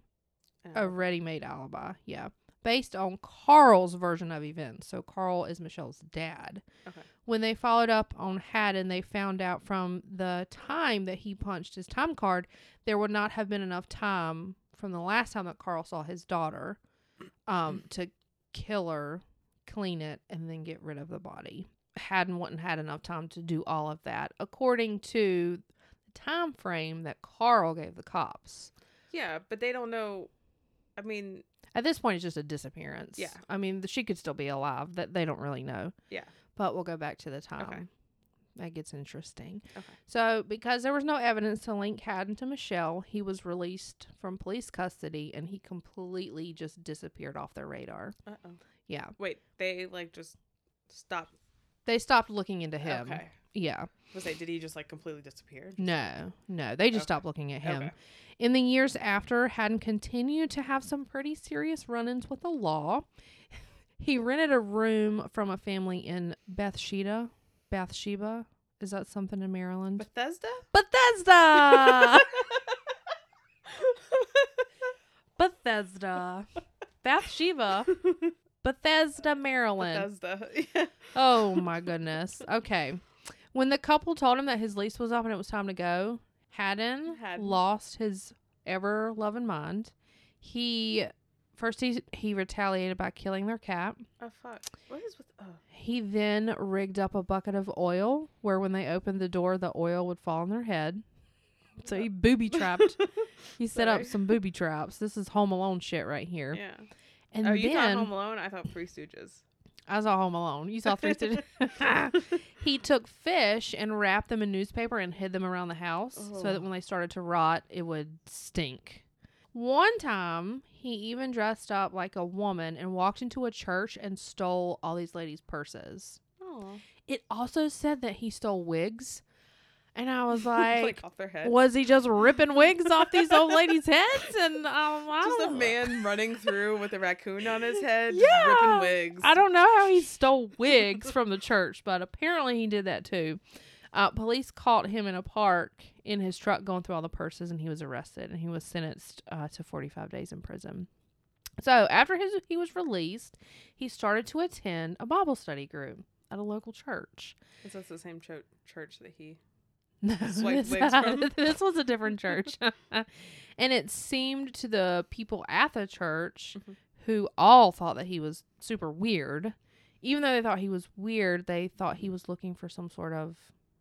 [SPEAKER 1] a
[SPEAKER 2] Oh.
[SPEAKER 1] ready made alibi. Yeah. Based on Carl's version of events. So Carl is Michelle's dad.
[SPEAKER 2] Okay.
[SPEAKER 1] When they followed up on Haddon, they found out from the time that he punched his time card, there would not have been enough time from the last time that Carl saw his daughter um, to kill her, clean it, and then get rid of the body. Haddon wouldn't had enough time to do all of that, according to the time frame that Carl gave the cops.
[SPEAKER 2] Yeah, but they don't know. I mean,
[SPEAKER 1] At this point, it's just a disappearance.
[SPEAKER 2] Yeah.
[SPEAKER 1] I mean, th- she could still be alive. That they don't really know.
[SPEAKER 2] Yeah.
[SPEAKER 1] But we'll go back to the time That gets interesting.
[SPEAKER 2] Okay.
[SPEAKER 1] So, because there was no evidence to link Haddon to Michelle, he was released from police custody and he completely just disappeared off their radar.
[SPEAKER 2] Uh oh.
[SPEAKER 1] Yeah.
[SPEAKER 2] Wait, they like just stopped.
[SPEAKER 1] They stopped looking into him.
[SPEAKER 2] Okay.
[SPEAKER 1] Yeah.
[SPEAKER 2] Was they? Did he just like completely disappear?
[SPEAKER 1] No, no. They just
[SPEAKER 2] Okay.
[SPEAKER 1] stopped looking at him.
[SPEAKER 2] Okay.
[SPEAKER 1] In the years after, Haddon continued to have some pretty serious run ins with the law. He rented a room from a family in Bathsheba. Bathsheba? Is that something in Maryland?
[SPEAKER 2] Bethesda.
[SPEAKER 1] Bethesda! Bethesda. Bathsheba. Bethesda, Maryland.
[SPEAKER 2] Bethesda. Yeah.
[SPEAKER 1] Oh my goodness. Okay. When the couple told him that his lease was up and it was time to go, Haddon,
[SPEAKER 2] Haddon.
[SPEAKER 1] lost his ever loving mind. He first he he retaliated by killing their cat.
[SPEAKER 2] Oh fuck. What is with? Oh.
[SPEAKER 1] He then rigged up a bucket of oil where when they opened the door the oil would fall on their head. So he booby trapped. he set
[SPEAKER 2] Sorry.
[SPEAKER 1] up some booby traps. This is home alone shit right here.
[SPEAKER 2] Yeah.
[SPEAKER 1] And
[SPEAKER 2] oh,
[SPEAKER 1] then
[SPEAKER 2] you thought Home Alone? I thought Three Stooges.
[SPEAKER 1] I saw Home Alone. You saw Three Stooges. he took fish and wrapped them in newspaper and hid them around the house so that
[SPEAKER 2] Ugh.
[SPEAKER 1] when they started to rot, it would stink. One time, he even dressed up like a woman and walked into a church and stole all these ladies' purses.
[SPEAKER 2] Oh.
[SPEAKER 1] It also said that he stole wigs. And I was like,
[SPEAKER 2] off their head.
[SPEAKER 1] was he just ripping wigs off these old ladies' heads? And um, I
[SPEAKER 2] Just a
[SPEAKER 1] don't-
[SPEAKER 2] man running through with a raccoon on his head, just
[SPEAKER 1] Yeah.
[SPEAKER 2] ripping wigs.
[SPEAKER 1] I don't know how he stole wigs from the church, but apparently he did that too. Uh, police caught him in a park in his truck going through all the purses, and he was arrested and he was sentenced uh, to 45 days in prison. So after his he was released, he started to attend a Bible study group at a local church.
[SPEAKER 2] Is this the same cho- church that he?
[SPEAKER 1] No,
[SPEAKER 2] Swipe
[SPEAKER 1] this,
[SPEAKER 2] wigs from?
[SPEAKER 1] this was a different church. and it seemed to the people at the church
[SPEAKER 2] Mhm.
[SPEAKER 1] who all thought that he was super weird. Even though they thought he was weird, they thought he was looking for some sort of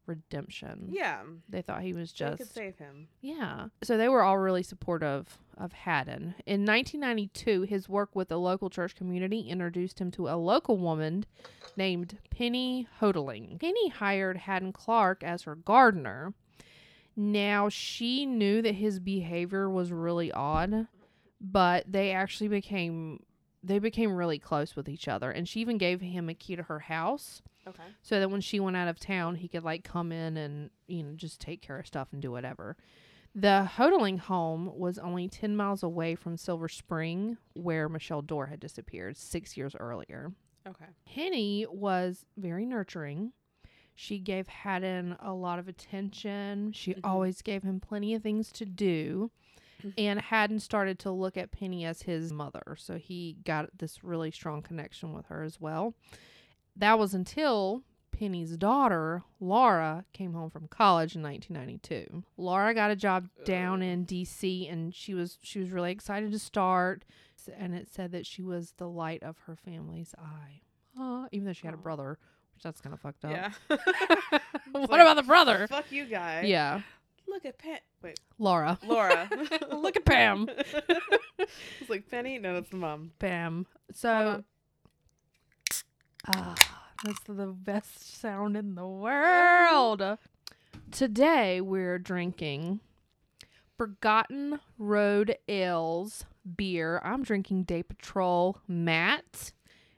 [SPEAKER 1] redemption.
[SPEAKER 2] Mm-hmm. Yeah.
[SPEAKER 1] They thought he was
[SPEAKER 2] Just
[SPEAKER 1] Mm. just
[SPEAKER 2] could save him.
[SPEAKER 1] yeah. So they were all really supportive of Haddon. In 1992, his work with the local church community introduced him to a local woman named Penny Hodling. Penny hired Haddon Clark as her gardener. Now, she knew that his behavior was really odd, but they actually became they became really close with each other and she even gave him a key to her house
[SPEAKER 2] Okay.
[SPEAKER 1] so that when she went out of town, he could like come in and you know just take care of stuff and do whatever. The Hodling home was only 10 miles away from Silver Spring, where Michelle Dorr had disappeared six years earlier.
[SPEAKER 2] Okay.
[SPEAKER 1] Henny was very nurturing. She gave Haddon a lot of attention. She
[SPEAKER 2] Mhm.
[SPEAKER 1] always gave him plenty of things to do.
[SPEAKER 2] Mhm.
[SPEAKER 1] And Haddon started to look at Penny as his mother. So he got this really strong connection with her as well. That was until Penny's daughter, Laura, came home from college in 1992. Laura got a job down
[SPEAKER 2] Oh.
[SPEAKER 1] in DC and she was she was really excited to start and it said that she was the light of her family's eye. Aw, even though she had a
[SPEAKER 2] Aw.
[SPEAKER 1] brother, which that's kind of fucked up.
[SPEAKER 2] Yeah.
[SPEAKER 1] what
[SPEAKER 2] like,
[SPEAKER 1] about the brother?
[SPEAKER 2] Fuck you guy.
[SPEAKER 1] Yeah,
[SPEAKER 2] Look at Pen. Wait,
[SPEAKER 1] Laura.
[SPEAKER 2] Laura.
[SPEAKER 1] Look at Pam.
[SPEAKER 2] it's like Penny. No, that's the mom.
[SPEAKER 1] Bam. So,
[SPEAKER 2] Hold
[SPEAKER 1] ah, that's the best sound in the world. Today we're drinking Forgotten Road Ales beer. I'm drinking Day Patrol Matt.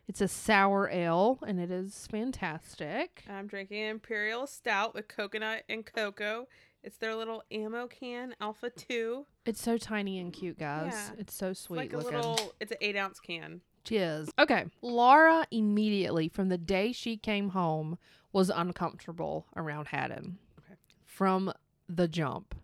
[SPEAKER 1] It's a sour ale and it is fantastic.
[SPEAKER 2] I'm drinking Imperial Stout with coconut and cocoa. It's their little ammo can, Alpha Two.
[SPEAKER 1] It's so tiny and cute, guys.
[SPEAKER 2] Yeah.
[SPEAKER 1] It's so
[SPEAKER 2] It's like
[SPEAKER 1] sweet
[SPEAKER 2] a
[SPEAKER 1] looking.
[SPEAKER 2] little. It's an eight ounce can.
[SPEAKER 1] Cheers. Okay. Laura immediately, from the day she came home, was uncomfortable around Haddon.
[SPEAKER 2] Okay.
[SPEAKER 1] From the jump.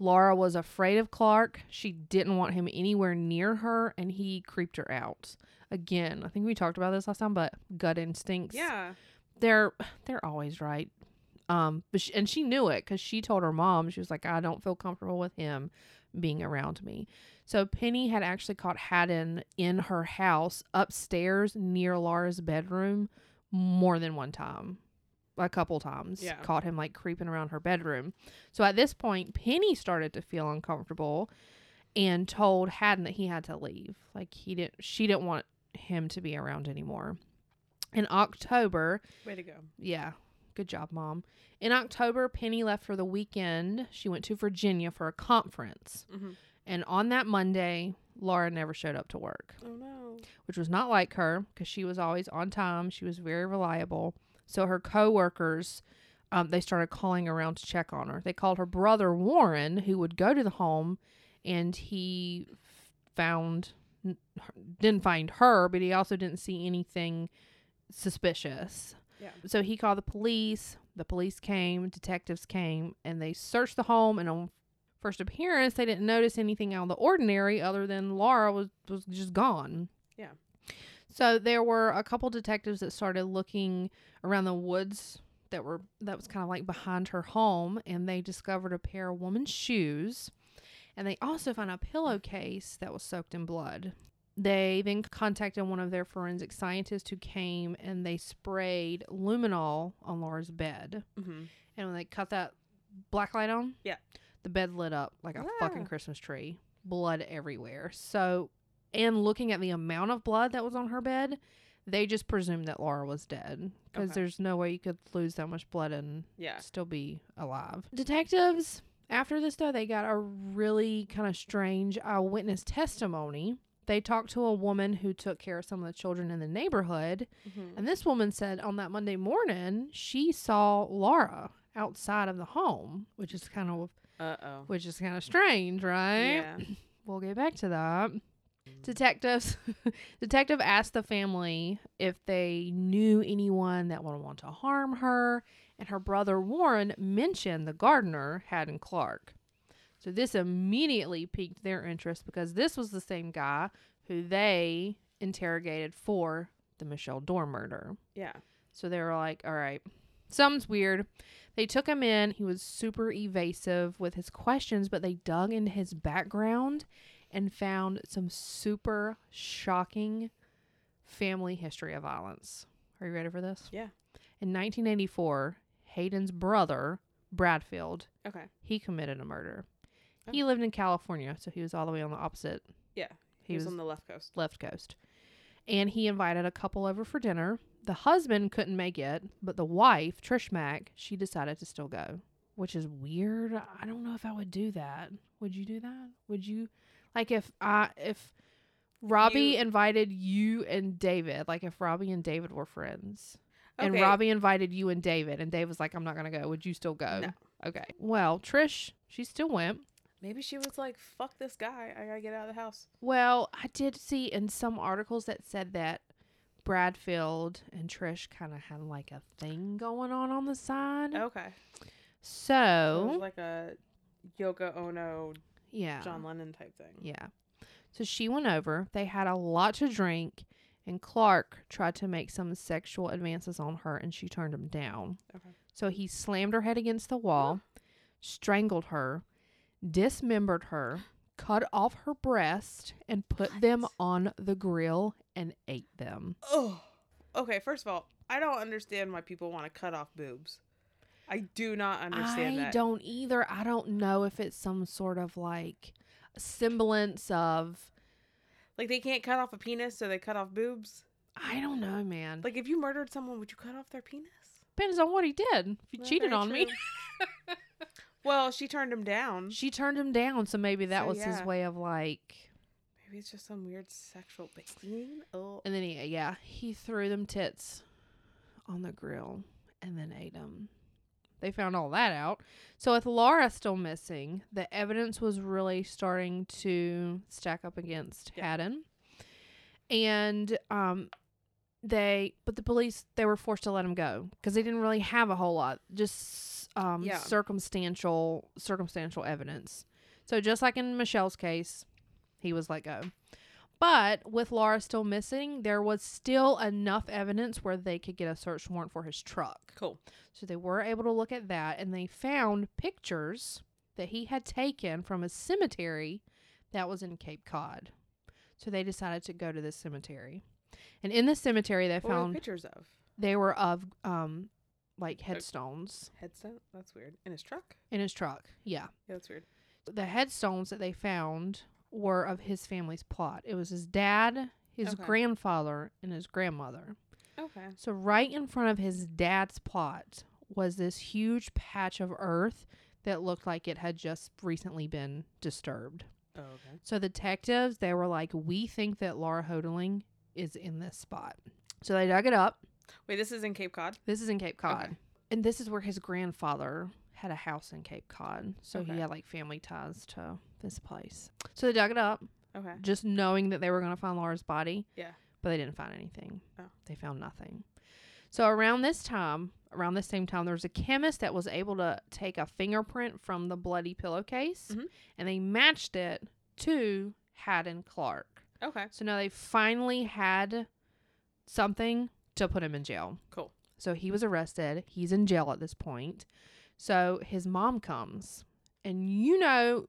[SPEAKER 1] Laura was afraid of Clark. She didn't want him anywhere near her, and he creeped her out. Again, I think we talked about this last time, but gut instincts.
[SPEAKER 2] Yeah.
[SPEAKER 1] They're they're always right. Um, but she, and she knew it because she told her mom she was like, I don't feel comfortable with him being around me. So Penny had actually caught Haddon in her house upstairs near Laura's bedroom more than one time. A couple times.
[SPEAKER 2] Yeah.
[SPEAKER 1] Caught him like creeping around her bedroom. So at this point, Penny started to feel uncomfortable and told Haddon that he had to leave. Like he didn't she didn't want him to be around anymore. In October,
[SPEAKER 2] Way to go.
[SPEAKER 1] yeah. Good job, Mom. In October, Penny left for the weekend. She went to Virginia for a conference.
[SPEAKER 2] Mhm.
[SPEAKER 1] And on that Monday, Laura never showed up to work,
[SPEAKER 2] Oh no.
[SPEAKER 1] which was not like her because she was always on time. She was very reliable. So her coworkers, um, they started calling around to check on her. They called her brother Warren, who would go to the home, and he found didn't find her, but he also didn't see anything suspicious.
[SPEAKER 2] Yeah.
[SPEAKER 1] So he called the police. The police came, detectives came, and they searched the home. And on first appearance, they didn't notice anything out of the ordinary other than Laura was, was just gone.
[SPEAKER 2] Yeah.
[SPEAKER 1] So there were a couple detectives that started looking around the woods that were that was kind of like behind her home, and they discovered a pair of woman's shoes, and they also found a pillowcase that was soaked in blood. They then contacted one of their forensic scientists who came and they sprayed luminol on Laura's bed.
[SPEAKER 2] Mhm.
[SPEAKER 1] And when they cut that black light on,
[SPEAKER 2] Yeah.
[SPEAKER 1] the bed lit up like a
[SPEAKER 2] Yeah.
[SPEAKER 1] fucking Christmas tree, blood everywhere. So, and looking at the amount of blood that was on her bed, they just presumed that Laura was dead because
[SPEAKER 2] Okay.
[SPEAKER 1] there's no way you could lose that much blood and
[SPEAKER 2] Yeah.
[SPEAKER 1] still be alive. Detectives, after this though, they got a really kind of strange eyewitness testimony. They talked to a woman who took care of some of the children in the neighborhood,
[SPEAKER 2] Mhm.
[SPEAKER 1] and this woman said on that Monday morning she saw Laura outside of the home, which is kind of
[SPEAKER 2] Uh oh.
[SPEAKER 1] which is kind of strange, right?
[SPEAKER 2] Yeah.
[SPEAKER 1] We'll get back to that. Detectives Detective asked the family if they knew anyone that would want to harm her, and her brother Warren mentioned the gardener, Haddon Clark. So this immediately piqued their interest because this was the same guy who they interrogated for the Michelle Dorr murder.
[SPEAKER 2] Yeah.
[SPEAKER 1] So they were like, all right, something's weird. They took him in. He was super evasive with his questions, but they dug into his background and found some super shocking family history of violence. Are you ready for this?
[SPEAKER 2] Yeah.
[SPEAKER 1] In 1984, Hayden's brother, Bradfield,
[SPEAKER 2] Okay.
[SPEAKER 1] he committed a murder.
[SPEAKER 2] Oh.
[SPEAKER 1] He lived in California, so he was all the way on the opposite.
[SPEAKER 2] Yeah. He, was, on the left coast.
[SPEAKER 1] left coast. And he invited a couple over for dinner. The husband couldn't make it, but the wife, Trish Mack, she decided to still go, which is weird. I don't know if I would do that. Would you do that? Would you like if I if Robbie
[SPEAKER 2] You-
[SPEAKER 1] invited you and David, like if Robbie and David were friends, and
[SPEAKER 2] Okay.
[SPEAKER 1] Robbie invited you and David, and Dave was like, "I'm not gonna go." Would you still go?
[SPEAKER 2] No.
[SPEAKER 1] Okay. Well, Trish, she still went.
[SPEAKER 2] Maybe she was like, "Fuck this guy! I gotta get out of the house."
[SPEAKER 1] Well, I did see in some articles that said that Bradfield and Trish kind of had like a thing going on on the side.
[SPEAKER 2] Okay. So it
[SPEAKER 1] So,
[SPEAKER 2] was Oh. like a Yoko Ono,
[SPEAKER 1] yeah.
[SPEAKER 2] John Lennon type thing.
[SPEAKER 1] Yeah. So she went over. They had a lot to drink, and Clark tried to make some sexual advances on her, and she turned him down.
[SPEAKER 2] Okay.
[SPEAKER 1] So he slammed her head against the wall, strangled her, dismembered her, cut off her breast, and put them
[SPEAKER 2] What?
[SPEAKER 1] on the grill and ate them.
[SPEAKER 2] Oh. Okay. First of all, I don't understand why people want to cut off boobs. I do not understand
[SPEAKER 1] I
[SPEAKER 2] that.
[SPEAKER 1] don't either. I don't know if it's some sort of like semblance of
[SPEAKER 2] Like they can't cut off a penis, so they cut off boobs.
[SPEAKER 1] I don't know, man. Like
[SPEAKER 2] Like if you murdered someone, would you cut off their penis?
[SPEAKER 1] depends on what he did. If he
[SPEAKER 2] Well,
[SPEAKER 1] cheated
[SPEAKER 2] very
[SPEAKER 1] on me.
[SPEAKER 2] true. well, she turned him down.
[SPEAKER 1] She turned him down, so maybe that
[SPEAKER 2] So,
[SPEAKER 1] was his
[SPEAKER 2] yeah.
[SPEAKER 1] way of like
[SPEAKER 2] Maybe it's just some weird sexual being. Oh.
[SPEAKER 1] and then he yeah, he threw them tits on the grill and then ate them. They found all that out. So with Laura still missing, the evidence was really starting to stack up against
[SPEAKER 2] Yeah.
[SPEAKER 1] Haddon. And um they but the police they were forced to let him go because they didn't really have a whole lot just um
[SPEAKER 2] Yeah.
[SPEAKER 1] circumstantial circumstantial evidence so just like in michelle's case he was let go but with laura still missing there was still enough evidence where they could get a search warrant for his truck
[SPEAKER 2] Cool.
[SPEAKER 1] so they were able to look at that and they found pictures that he had taken from a cemetery that was in Cape Cod. So they decided to go to this cemetery. And in the cemetery they
[SPEAKER 2] What were the
[SPEAKER 1] found
[SPEAKER 2] pictures of?
[SPEAKER 1] they were of um like headstones
[SPEAKER 2] Headstone? That's weird. In his truck?
[SPEAKER 1] in his truck. Yeah.
[SPEAKER 2] Yeah, that's weird.
[SPEAKER 1] The headstones that they found were of his family's plot. It was his dad, his
[SPEAKER 2] Okay.
[SPEAKER 1] grandfather, and his grandmother.
[SPEAKER 2] Okay.
[SPEAKER 1] So right in front of his dad's plot was this huge patch of earth that looked like it had just recently been disturbed.
[SPEAKER 2] Oh, okay.
[SPEAKER 1] So the detectives, they were like, we think that Laura Hodeling is in this spot. So they dug it up.
[SPEAKER 2] Wait, this is in Cape Cod.
[SPEAKER 1] This is in Cape Cod.
[SPEAKER 2] Okay.
[SPEAKER 1] And this is where his grandfather had a house in Cape Cod. So
[SPEAKER 2] Okay.
[SPEAKER 1] he had like family ties to this place. So they dug it up,
[SPEAKER 2] Okay.
[SPEAKER 1] just knowing that they were going to find Laura's body.
[SPEAKER 2] Yeah.
[SPEAKER 1] But they didn't find anything.
[SPEAKER 2] Oh.
[SPEAKER 1] They found nothing. So around this time, around this same time, there was a chemist that was able to take a fingerprint from the bloody pillowcase
[SPEAKER 2] Mhm.
[SPEAKER 1] and they matched it to Haddon Clark.
[SPEAKER 2] Okay.
[SPEAKER 1] So now they finally had something to put him in jail.
[SPEAKER 2] Cool.
[SPEAKER 1] So he was arrested. He's in jail at this point. So his mom comes. And you know,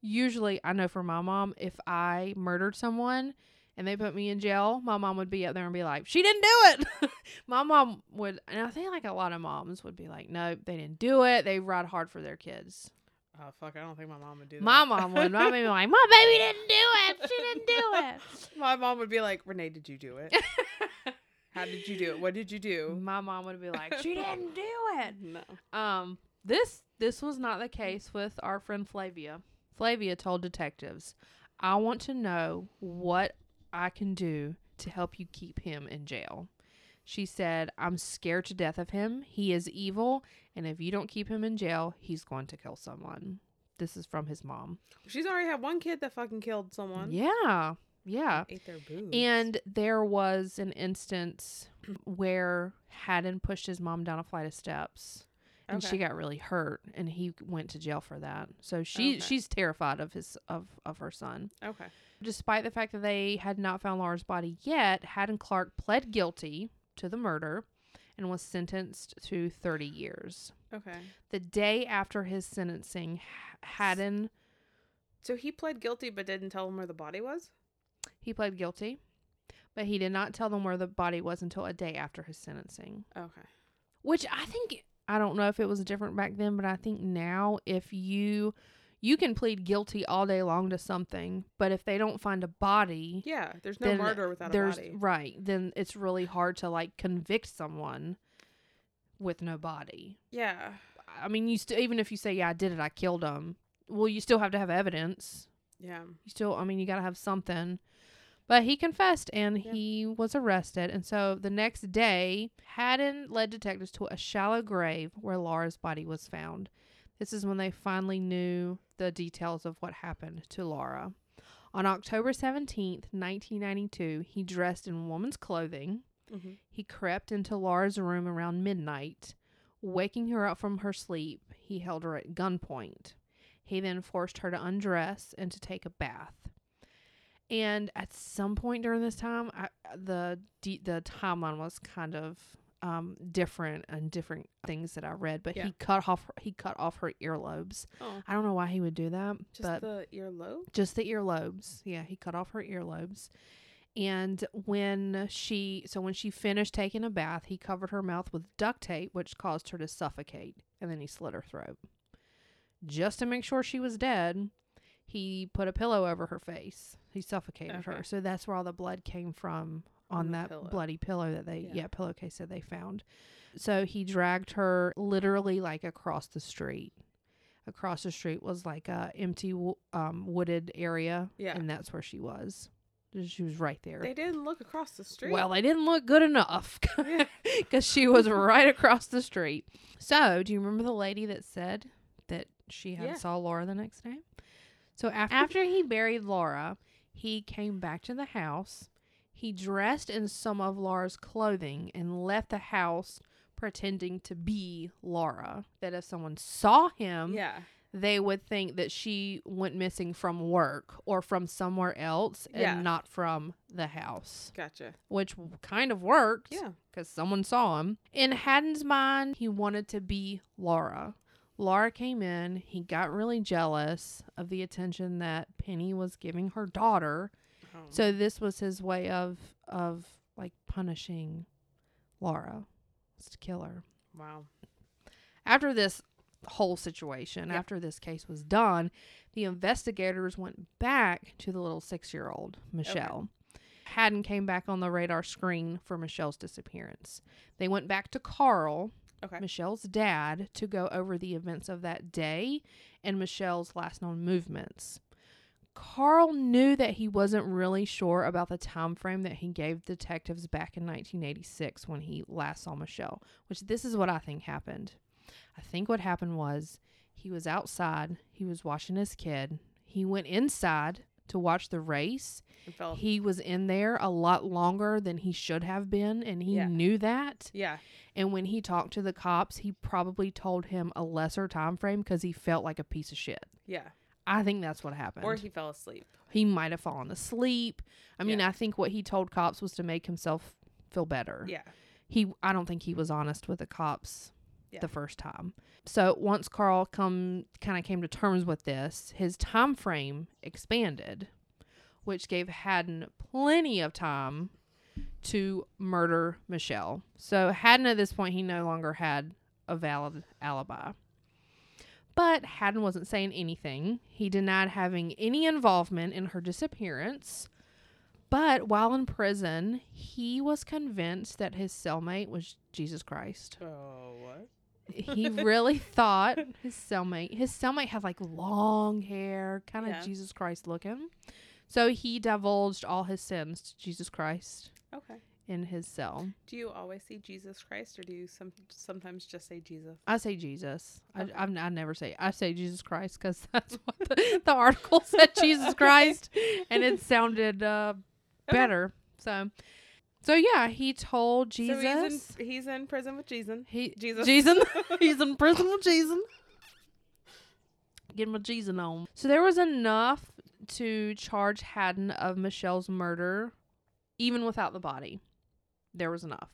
[SPEAKER 1] usually I know for my mom, if I murdered someone and they put me in jail, my mom would be up there and be like, she didn't do it. my mom would, and I think like a lot of moms would be like, no, they didn't do it. They ride hard for their kids.
[SPEAKER 2] Oh fuck! I don't think my mom would do that.
[SPEAKER 1] My mom would. My mom would be like, my baby didn't do it. She didn't do it.
[SPEAKER 2] My mom would be like, Renee, did you do it? How did you do it? What did you do?
[SPEAKER 1] My mom would be like, she didn't do it.
[SPEAKER 2] No.
[SPEAKER 1] Um, this this was not the case with our friend Flavia. Flavia told detectives, "I want to know what I can do to help you keep him in jail." She said, "I'm scared to death of him. He is evil, and if you don't keep him in jail, he's going to kill someone." This is from his mom.
[SPEAKER 2] She's already had one kid that fucking killed someone.
[SPEAKER 1] Yeah. Yeah.
[SPEAKER 2] Ate their boobs.
[SPEAKER 1] And there was an instance where Haddon pushed his mom down a flight of steps and she
[SPEAKER 2] Okay.
[SPEAKER 1] got really hurt and he went to jail for that. So she
[SPEAKER 2] Okay.
[SPEAKER 1] she's terrified of his of, of her son.
[SPEAKER 2] Okay.
[SPEAKER 1] Despite the fact that they had not found Laura's body yet, Haddon Clark pled guilty to the murder and was sentenced to 30 years.
[SPEAKER 2] Okay.
[SPEAKER 1] The day after his sentencing, Ha- Haddon
[SPEAKER 2] So he pled guilty but didn't tell them where the body was?
[SPEAKER 1] he pled guilty, but he did not tell them where the body was until a day after his sentencing.
[SPEAKER 2] Okay.
[SPEAKER 1] which i think i don't know if it was different back then but i think now if you you can plead guilty all day long to something but if they don't find a body
[SPEAKER 2] Yeah. There's no
[SPEAKER 1] Then
[SPEAKER 2] murder without a
[SPEAKER 1] there's
[SPEAKER 2] body.
[SPEAKER 1] right then it's really hard to like convict someone with no body
[SPEAKER 2] Yeah.
[SPEAKER 1] i mean you still even if you say yeah i did it i killed him well you still have to have evidence
[SPEAKER 2] Yeah.
[SPEAKER 1] you still i mean you gotta have something but he confessed and
[SPEAKER 2] Yeah.
[SPEAKER 1] he was arrested and so the next day haddon led detectives to a shallow grave where laura's body was found this is when they finally knew the details of what happened to laura on october 17th 1992 he dressed in woman's clothing
[SPEAKER 2] Mm-hmm.
[SPEAKER 1] he crept into Laura's room around midnight. Waking her up from her sleep, he held her at gunpoint. He then forced her to undress and to take a bath. And at some point during this time, I, the de- the timeline was kind of um, different and different things that I read. But
[SPEAKER 2] Yeah.
[SPEAKER 1] he cut off he cut off her earlobes.
[SPEAKER 2] Oh.
[SPEAKER 1] I don't know why he would do that,
[SPEAKER 2] Just
[SPEAKER 1] but
[SPEAKER 2] the earlobe?
[SPEAKER 1] just the earlobes. Yeah, he cut off her earlobes. And when she, so when she finished taking a bath, he covered her mouth with duct tape, which caused her to suffocate. And then he slit her throat. Just to make sure she was dead, he put a pillow over her face. He suffocated
[SPEAKER 2] Okay.
[SPEAKER 1] her. So that's where all the blood came from on,
[SPEAKER 2] the
[SPEAKER 1] that
[SPEAKER 2] pillow.
[SPEAKER 1] bloody pillow that they,
[SPEAKER 2] Yeah.
[SPEAKER 1] yeah, pillowcase that they found. So he dragged her literally like across the street across the street was like a empty wo- um, wooded area
[SPEAKER 2] Yeah.
[SPEAKER 1] and that's where she was she was right there
[SPEAKER 2] They didn't look across the street.
[SPEAKER 1] er well they didn't look good enough
[SPEAKER 2] Yeah.
[SPEAKER 1] because she was right across the street so do you remember the lady that said that she had
[SPEAKER 2] Yeah.
[SPEAKER 1] saw laura the next day so af- after he buried laura he came back to the house he dressed in some of laura's clothing and left the house pretending to be laura that if someone saw him
[SPEAKER 2] yeah.
[SPEAKER 1] they would think that she went missing from work or from somewhere else and
[SPEAKER 2] Yeah.
[SPEAKER 1] not from the house,
[SPEAKER 2] Gotcha.
[SPEAKER 1] which w- kind of worked
[SPEAKER 2] Yeah.
[SPEAKER 1] because someone saw him. In Haddon's mind, he wanted to be Laura. Laura came in, he got really jealous of the attention that Penny was giving her daughter.
[SPEAKER 2] Oh.
[SPEAKER 1] So this was his way of of like punishing Laura, was to kill her
[SPEAKER 2] wow.
[SPEAKER 1] after this whole situation,
[SPEAKER 2] Yeah.
[SPEAKER 1] after this case was done, the investigators went back to the little six year old, Michelle. Haddon came back on the radar screen for Michelle's disappearance. They went back to Carl,
[SPEAKER 2] Okay.
[SPEAKER 1] Michelle's dad to go over the events of that day and Michelle's last known movements. Carl knew that he wasn't really sure about the time frame that he gave detectives back in 1986 when he last saw Michelle, which this is what I think happened. I think what happened was he was outside, he was watching his kid. He went inside to watch the race
[SPEAKER 2] And fell.
[SPEAKER 1] he was in there a lot longer than he should have been and he
[SPEAKER 2] Yeah.
[SPEAKER 1] knew that
[SPEAKER 2] yeah.
[SPEAKER 1] and when he talked to the cops he probably told him a lesser time frame because he felt like a piece of shit
[SPEAKER 2] Yeah.
[SPEAKER 1] i think that's what happened
[SPEAKER 2] Or he fell asleep.
[SPEAKER 1] he might have fallen asleep i mean
[SPEAKER 2] Yeah.
[SPEAKER 1] i think what he told cops was to make himself feel better
[SPEAKER 2] Yeah.
[SPEAKER 1] he i don't think he was honest with the cops
[SPEAKER 2] Yeah.
[SPEAKER 1] the first time so once carl come kind of came to terms with this his time frame expanded which gave haddon plenty of time to murder michelle so haddon at this point he no longer had a valid alibi but haddon wasn't saying anything he denied having any involvement in her disappearance but while in prison, he was convinced that his cellmate was Jesus Christ.
[SPEAKER 2] Oh, what?
[SPEAKER 1] He really thought his cellmate, his cellmate had like long hair, kind of
[SPEAKER 2] Yeah.
[SPEAKER 1] Jesus Christ looking. So he divulged all his sins to Jesus Christ
[SPEAKER 2] Okay.
[SPEAKER 1] in his cell.
[SPEAKER 2] Do you always say Jesus Christ, or do you some sometimes just say Jesus?
[SPEAKER 1] I say Jesus.
[SPEAKER 2] Okay.
[SPEAKER 1] I, I'm, I never say, I say Jesus Christ because that's what the, the article said Jesus Christ. And it sounded uh,
[SPEAKER 2] Okay.
[SPEAKER 1] better. So, so yeah, he told Jesus.
[SPEAKER 2] So he's in, he's in prison with Jesus.
[SPEAKER 1] He
[SPEAKER 2] Jesus.
[SPEAKER 1] Jason. He's in prison with Jason. Get my Jason on. So there was enough to charge Haddon of Michelle's murder, even without the body. There was enough.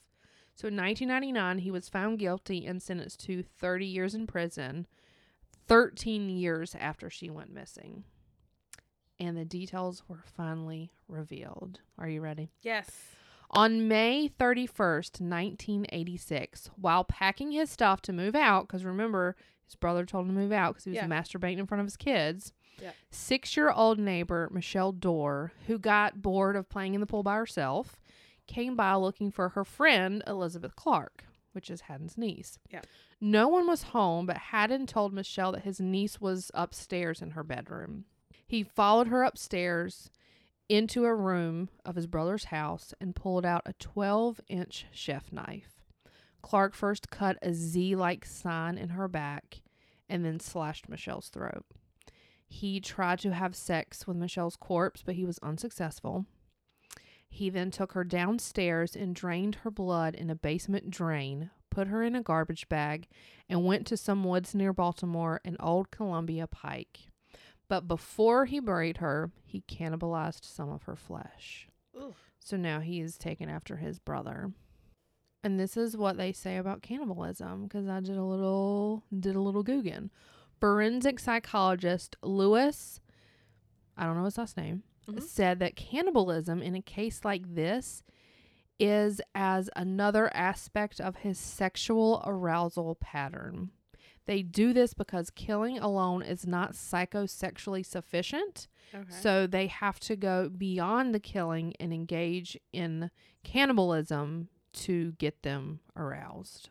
[SPEAKER 1] So in 1999, he was found guilty and sentenced to 30 years in prison, 13 years after she went missing. And the details were finally revealed. Are you ready?
[SPEAKER 2] Yes.
[SPEAKER 1] On May 31st, 1986, while packing his stuff to move out, because remember, his brother told him to move out because he was
[SPEAKER 2] Yeah.
[SPEAKER 1] masturbating in front of his kids.
[SPEAKER 2] Yeah.
[SPEAKER 1] Six year old neighbor Michelle Dorr, who got bored of playing in the pool by herself, came by looking for her friend Elizabeth Clark, which is Haddon's niece.
[SPEAKER 2] Yeah.
[SPEAKER 1] No one was home, but Haddon told Michelle that his niece was upstairs in her bedroom. He followed her upstairs into a room of his brother's house and pulled out a 12 inch chef knife. Clark first cut a Z like sign in her back and then slashed Michelle's throat. He tried to have sex with Michelle's corpse, but he was unsuccessful. He then took her downstairs and drained her blood in a basement drain, put her in a garbage bag, and went to some woods near Baltimore and Old Columbia Pike. But before he buried her, he cannibalized some of her flesh.
[SPEAKER 2] Ooh.
[SPEAKER 1] So now he is taken after his brother. And this is what they say about cannibalism because I did a little did a little googin. Forensic psychologist Lewis, I don't know his last name,
[SPEAKER 2] Mhm.
[SPEAKER 1] said that cannibalism in a case like this is as another aspect of his sexual arousal pattern. They do this because killing alone is not psychosexually sufficient.
[SPEAKER 2] Okay.
[SPEAKER 1] So they have to go beyond the killing and engage in cannibalism to get them aroused,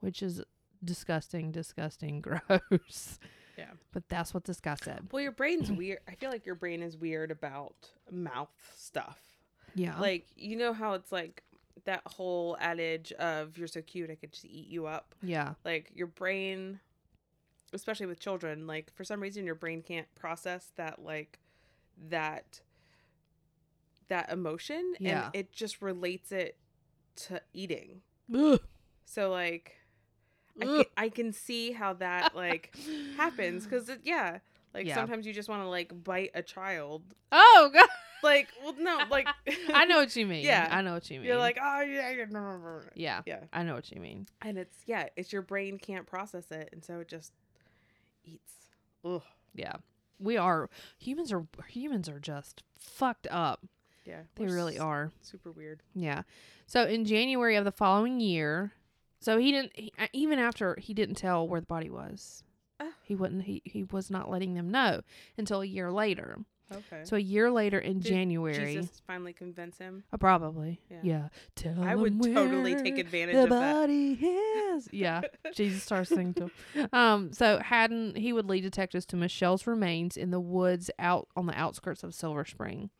[SPEAKER 1] which is disgusting, disgusting, gross.
[SPEAKER 2] Yeah.
[SPEAKER 1] But that's what this guy said.
[SPEAKER 2] well, your brain's weird. I feel like your brain is weird about mouth stuff.
[SPEAKER 1] Yeah.
[SPEAKER 2] Like you know how it's like that whole adage of "you're so cute, I could just eat you up."
[SPEAKER 1] yeah.
[SPEAKER 2] Like your brain, especially with children, like for some reason your brain can't process that like that that emotion,
[SPEAKER 1] Yeah.
[SPEAKER 2] and it just relates it to eating. So like I can,
[SPEAKER 1] Ugh.
[SPEAKER 2] I can see how that like happens because yeah, like
[SPEAKER 1] Yeah.
[SPEAKER 2] sometimes you just want to like bite a child.
[SPEAKER 1] Oh god.
[SPEAKER 2] Like well no like
[SPEAKER 1] I know what you mean.
[SPEAKER 2] Yeah.
[SPEAKER 1] I know what you mean.
[SPEAKER 2] you're like oh yeah yeah, no, no, no, no."
[SPEAKER 1] Yeah.
[SPEAKER 2] yeah
[SPEAKER 1] I know what you mean.
[SPEAKER 2] and it's yeah it's your brain can't process it and so it just eats. Ugh.
[SPEAKER 1] Yeah. We are humans are humans are just fucked up.
[SPEAKER 2] Yeah,
[SPEAKER 1] They
[SPEAKER 2] we're
[SPEAKER 1] really
[SPEAKER 2] s-
[SPEAKER 1] are.
[SPEAKER 2] super weird.
[SPEAKER 1] Yeah. So in January of the following year, so he didn't he, uh, even after he didn't tell where the body was.
[SPEAKER 2] Ah.
[SPEAKER 1] He wouldn't he, he was not letting them know until a year later.
[SPEAKER 2] Okay,
[SPEAKER 1] So a year later in
[SPEAKER 2] Did
[SPEAKER 1] January,
[SPEAKER 2] Jesus finally convince him.
[SPEAKER 1] uh, probably.
[SPEAKER 2] Yeah.
[SPEAKER 1] Yeah. Tell
[SPEAKER 2] I would
[SPEAKER 1] him
[SPEAKER 2] totally
[SPEAKER 1] where
[SPEAKER 2] take advantage
[SPEAKER 1] the
[SPEAKER 2] of that.
[SPEAKER 1] body is. Jesus. Yeah. Jesus starts singing to him. Um, so Haddon, he would lead detectives to Michelle's remains in the woods out on the outskirts of Silver Spring.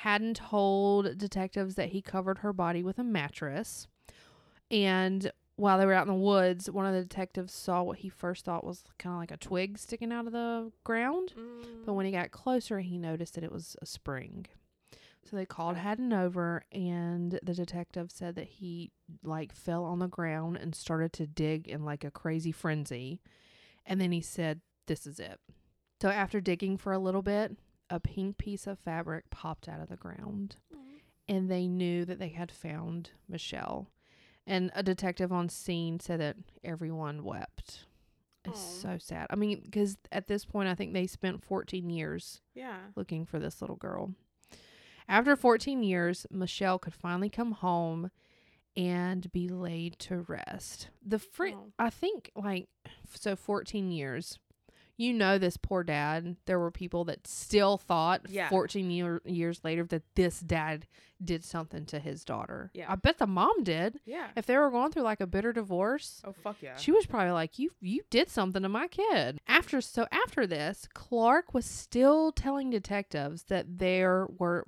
[SPEAKER 1] Haddon told detectives that he covered her body with a mattress. And while they were out in the woods, one of the detectives saw what he first thought was kind of like a twig sticking out of the ground.
[SPEAKER 2] Mm.
[SPEAKER 1] But when he got closer, he noticed that it was a spring. So they called Haddon over, and the detective said that he like fell on the ground and started to dig in like a crazy frenzy. And then he said, This is it. So after digging for a little bit, a pink piece of fabric popped out of the ground, and they knew that they had found Michelle. And a detective on scene said that everyone wept. It's
[SPEAKER 2] Aw.
[SPEAKER 1] so sad. I mean, because at this point, I think they spent 14 years
[SPEAKER 2] yeah.
[SPEAKER 1] looking for this little girl. After 14 years, Michelle could finally come home and be laid to rest. The fr-
[SPEAKER 2] Oh.
[SPEAKER 1] I think like so 14 years. You know this poor dad. There were people that still thought
[SPEAKER 2] Yeah.
[SPEAKER 1] 14 year- years later that this dad did something to his daughter.
[SPEAKER 2] Yeah.
[SPEAKER 1] I bet the mom did.
[SPEAKER 2] Yeah.
[SPEAKER 1] If they were going through like a bitter divorce,
[SPEAKER 2] Oh fuck yeah.
[SPEAKER 1] she was probably like, "You you did something to my kid." After so after this, Clark was still telling detectives that there were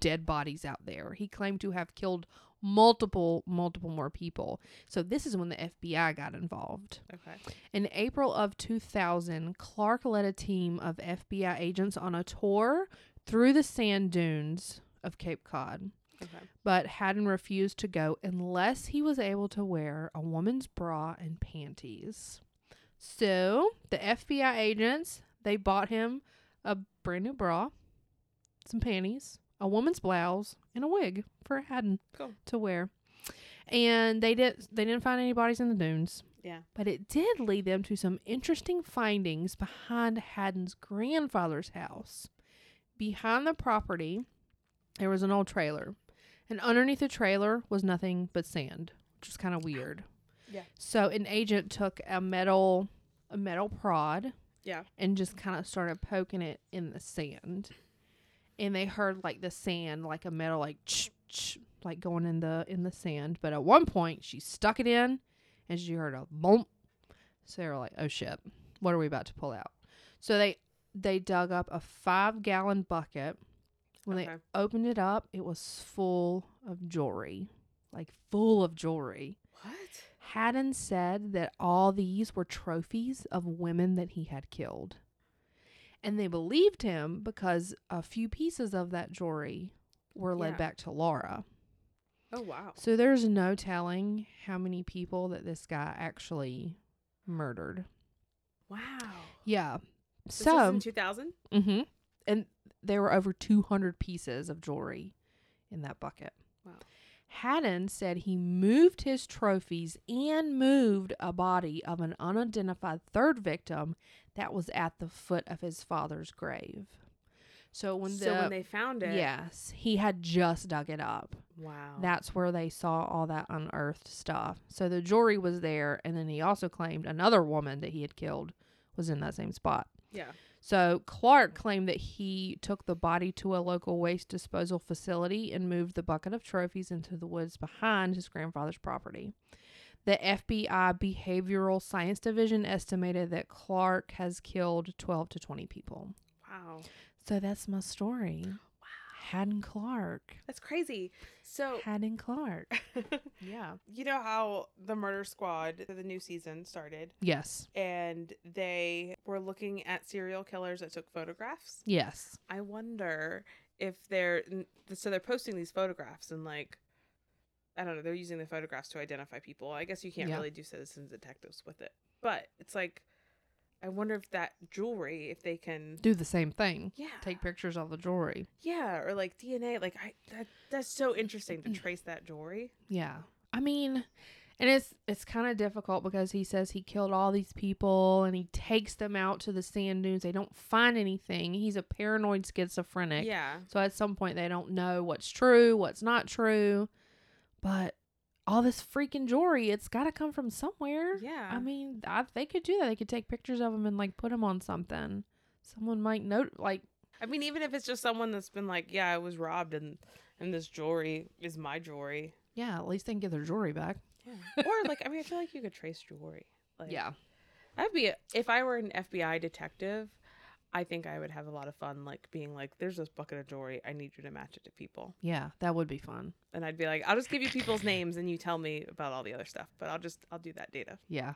[SPEAKER 1] dead bodies out there. He claimed to have killed multiple multiple more people. So this is when the FBI got involved.
[SPEAKER 2] okay.
[SPEAKER 1] In April of 2000, Clark led a team of FBI agents on a tour through the sand dunes of Cape Cod
[SPEAKER 2] Okay.
[SPEAKER 1] but Haddon refused to go unless he was able to wear a woman's bra and panties. So the FBI agents they bought him a brand new bra, some panties, a woman's blouse, and a wig for Haddon
[SPEAKER 2] Cool.
[SPEAKER 1] to wear. And they did they didn't find any bodies in the dunes.
[SPEAKER 2] Yeah.
[SPEAKER 1] But it did lead them to some interesting findings behind Haddon's grandfather's house. Behind the property, there was an old trailer, and underneath the trailer was nothing but sand, which was kind of weird.
[SPEAKER 2] Yeah.
[SPEAKER 1] So an agent took a metal a metal prod
[SPEAKER 2] Yeah.
[SPEAKER 1] and just kind of started poking it in the sand. And they heard like the sand, like a metal, like ch ch, like going in the in the sand. But at one point, she stuck it in, and she heard a bump. So they were like, "Oh shit, what are we about to pull out?" So they they dug up a five gallon bucket. When
[SPEAKER 2] Okay.
[SPEAKER 1] they opened it up, it was full of jewelry, like full of jewelry.
[SPEAKER 2] What?
[SPEAKER 1] Haddon said that all these were trophies of women that he had killed. And they believed him because a few pieces of that jewelry were led
[SPEAKER 2] Yeah.
[SPEAKER 1] back to Laura.
[SPEAKER 2] Oh wow.
[SPEAKER 1] So there's no telling how many people that this guy actually murdered.
[SPEAKER 2] Wow.
[SPEAKER 1] Yeah.
[SPEAKER 2] This was
[SPEAKER 1] So,
[SPEAKER 2] in 2000.
[SPEAKER 1] hmm and there were over 200 pieces of jewelry in that bucket.
[SPEAKER 2] Wow.
[SPEAKER 1] Haddon said he moved his trophies and moved a body of an unidentified third victim that was at the foot of his father's grave. So when the
[SPEAKER 2] so when they found it.
[SPEAKER 1] yes, he had just dug it up.
[SPEAKER 2] Wow.
[SPEAKER 1] That's where they saw all that unearthed stuff. So the jewelry was there, and then he also claimed another woman that he had killed was in that same spot.
[SPEAKER 2] yeah.
[SPEAKER 1] So Clark claimed that he took the body to a local waste disposal facility and moved the bucket of trophies into the woods behind his grandfather's property. The FBI Behavioral Science Division estimated that Clark has killed 12 to 20 people.
[SPEAKER 2] Wow.
[SPEAKER 1] So that's my story. Haddon Clark.
[SPEAKER 2] That's crazy. So
[SPEAKER 1] Haddon Clark.
[SPEAKER 2] you
[SPEAKER 1] Yeah.
[SPEAKER 2] know how the Murder Squad, the new season started,
[SPEAKER 1] Yes.
[SPEAKER 2] and they were looking at serial killers that took photographs.
[SPEAKER 1] Yes.
[SPEAKER 2] I wonder if they're n- so they're posting these photographs and like I don't know, they're using the photographs to identify people. I guess you can't
[SPEAKER 1] Yeah.
[SPEAKER 2] really do citizens detectives with it. But it's like I wonder if that jewelry if they can
[SPEAKER 1] Do the same thing.
[SPEAKER 2] yeah.
[SPEAKER 1] Take pictures of the jewelry.
[SPEAKER 2] yeah, or like DNA, like I that that's so interesting to trace that jewelry.
[SPEAKER 1] Yeah. I mean, and it's it's kind of difficult because he says he killed all these people and he takes them out to the sand dunes. They don't find anything. He's a paranoid schizophrenic.
[SPEAKER 2] Yeah.
[SPEAKER 1] So at some point they don't know what's true, what's not true. But all this freaking jewelry, it's got to come from somewhere.
[SPEAKER 2] Yeah.
[SPEAKER 1] I mean, I, they could do that. They could take pictures of them and like put them on something. Someone might note like
[SPEAKER 2] I mean, even if it's just someone that's been like, Yeah, I was robbed and and this jewelry is my jewelry.
[SPEAKER 1] yeah, at least they can get their jewelry back.
[SPEAKER 2] or like I mean, I feel like you could trace jewelry. Like,
[SPEAKER 1] yeah.
[SPEAKER 2] I'd be if I were an FBI detective. I think I would have a lot of fun, like being like, "There's this bucket of jewelry. I need you to match it to people."
[SPEAKER 1] Yeah. That would be fun.
[SPEAKER 2] And I'd be like, "I'll just give you people's names, and you tell me about all the other stuff. But I'll just, I'll do that data."
[SPEAKER 1] Yeah.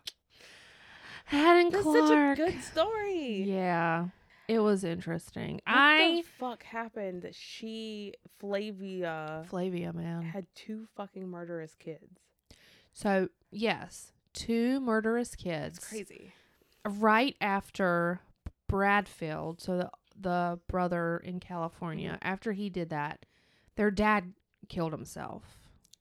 [SPEAKER 1] Adam
[SPEAKER 2] That's
[SPEAKER 1] Clark.
[SPEAKER 2] such a good story.
[SPEAKER 1] Yeah. It was interesting.
[SPEAKER 2] What
[SPEAKER 1] I
[SPEAKER 2] the fuck happened that she Flavia
[SPEAKER 1] Flavia, man.
[SPEAKER 2] had two fucking murderous kids?
[SPEAKER 1] So, yes, two murderous kids.
[SPEAKER 2] It's crazy.
[SPEAKER 1] Right after Bradfield, so the the brother in California, after he did that, their dad killed himself.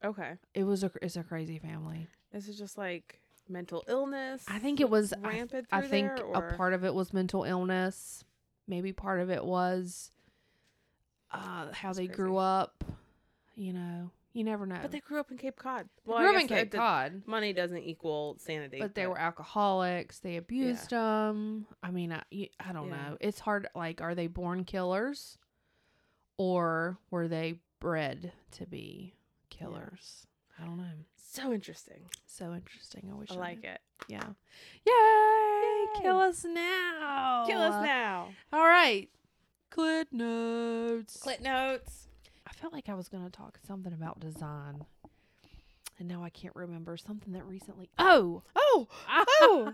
[SPEAKER 2] Okay,
[SPEAKER 1] It was a it's a crazy family.
[SPEAKER 2] this is just like mental illness.
[SPEAKER 1] I think it was I-
[SPEAKER 2] rampant.
[SPEAKER 1] I,
[SPEAKER 2] through
[SPEAKER 1] think
[SPEAKER 2] there,
[SPEAKER 1] a
[SPEAKER 2] or-
[SPEAKER 1] part of it was mental illness. Maybe part of it was uh, how
[SPEAKER 2] That's
[SPEAKER 1] they
[SPEAKER 2] crazy.
[SPEAKER 1] grew up. You know, you never know.
[SPEAKER 2] But they grew up in Cape Cod.
[SPEAKER 1] They
[SPEAKER 2] Well, I
[SPEAKER 1] grew up
[SPEAKER 2] guess
[SPEAKER 1] in
[SPEAKER 2] that-
[SPEAKER 1] Cape
[SPEAKER 2] that
[SPEAKER 1] Cod.
[SPEAKER 2] Money doesn't equal sanity.
[SPEAKER 1] but they were alcoholics. They abused them. I mean, I, you- I don't
[SPEAKER 2] Yeah.
[SPEAKER 1] know. It's hard. Like, are they born killers, or were they bred to be killers? I don't know.
[SPEAKER 2] so interesting.
[SPEAKER 1] So interesting. I wish
[SPEAKER 2] I
[SPEAKER 1] I
[SPEAKER 2] like
[SPEAKER 1] knew.
[SPEAKER 2] it.
[SPEAKER 1] Yeah. Yay!
[SPEAKER 2] Yay.
[SPEAKER 1] Kill us now.
[SPEAKER 2] Kill us now.
[SPEAKER 1] All right. Clit notes.
[SPEAKER 2] notes.
[SPEAKER 1] I felt like I was going to talk something about design. And now I can't remember something that recently. Oh,
[SPEAKER 2] Oh, oh.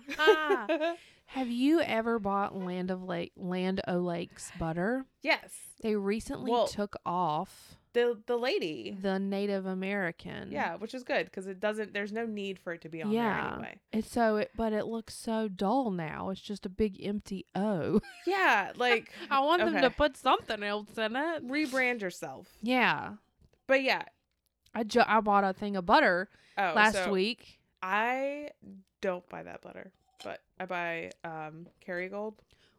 [SPEAKER 1] Have you ever bought Land of Lake Land O Lakes butter?
[SPEAKER 2] yes.
[SPEAKER 1] They recently
[SPEAKER 2] Well-
[SPEAKER 1] took off
[SPEAKER 2] The the lady.
[SPEAKER 1] the Native American.
[SPEAKER 2] Yeah, which is good because it doesn't. There's no need for it to be on
[SPEAKER 1] Yeah.
[SPEAKER 2] there anyway.
[SPEAKER 1] And so it but it looks so dull now. It's just a big empty O.
[SPEAKER 2] Yeah, like
[SPEAKER 1] I want them to
[SPEAKER 2] Okay.
[SPEAKER 1] put something else in it.
[SPEAKER 2] rebrand yourself.
[SPEAKER 1] Yeah.
[SPEAKER 2] But yeah.
[SPEAKER 1] I ju- I bought a thing of butter
[SPEAKER 2] Oh,
[SPEAKER 1] last
[SPEAKER 2] so
[SPEAKER 1] week.
[SPEAKER 2] I don't buy that butter, but I buy um Kerrygold.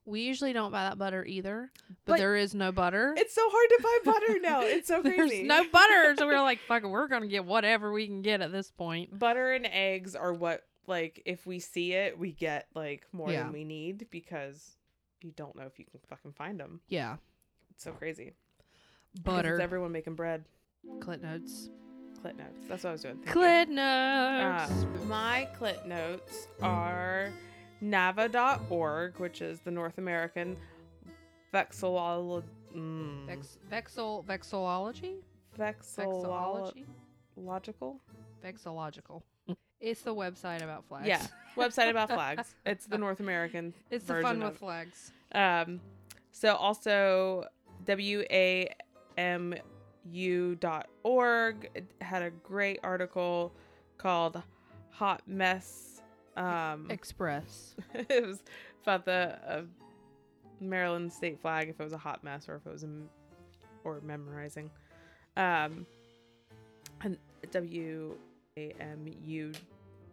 [SPEAKER 1] We usually don't buy that butter either, but,
[SPEAKER 2] But-
[SPEAKER 1] there is no butter.
[SPEAKER 2] It's so hard to buy butter now. It's so
[SPEAKER 1] There's
[SPEAKER 2] crazy.
[SPEAKER 1] no butter, so we we're like, "Fuck, it, we're gonna get whatever we can get at this point."
[SPEAKER 2] butter and eggs are what like if we see it we get like more
[SPEAKER 1] Yeah.
[SPEAKER 2] than we need because you don't know if you can fucking find them
[SPEAKER 1] Yeah,
[SPEAKER 2] it's so crazy 'Cause
[SPEAKER 1] butter.
[SPEAKER 2] it's everyone making bread
[SPEAKER 1] Clit notes.
[SPEAKER 2] clit notes that's what i was doing Thank you.
[SPEAKER 1] Clit notes.
[SPEAKER 2] Uh, my clit notes are nava.org which is the north american vexillolo- mm,
[SPEAKER 1] Vex- vexil vexillology.
[SPEAKER 2] vexillolo-
[SPEAKER 1] Vexillology.
[SPEAKER 2] logical
[SPEAKER 1] Vexillological. It's the website about flags.
[SPEAKER 2] yeah website about flags it's the north american
[SPEAKER 1] It's the
[SPEAKER 2] version
[SPEAKER 1] fun
[SPEAKER 2] of
[SPEAKER 1] with flags.
[SPEAKER 2] Um, so also W A M U dot org had a great article called Hot Mess. Um,
[SPEAKER 1] Express.
[SPEAKER 2] it was about the uh, Maryland state flag, if it was a hot mess or if it was a m- or memorizing. Um, and W A M U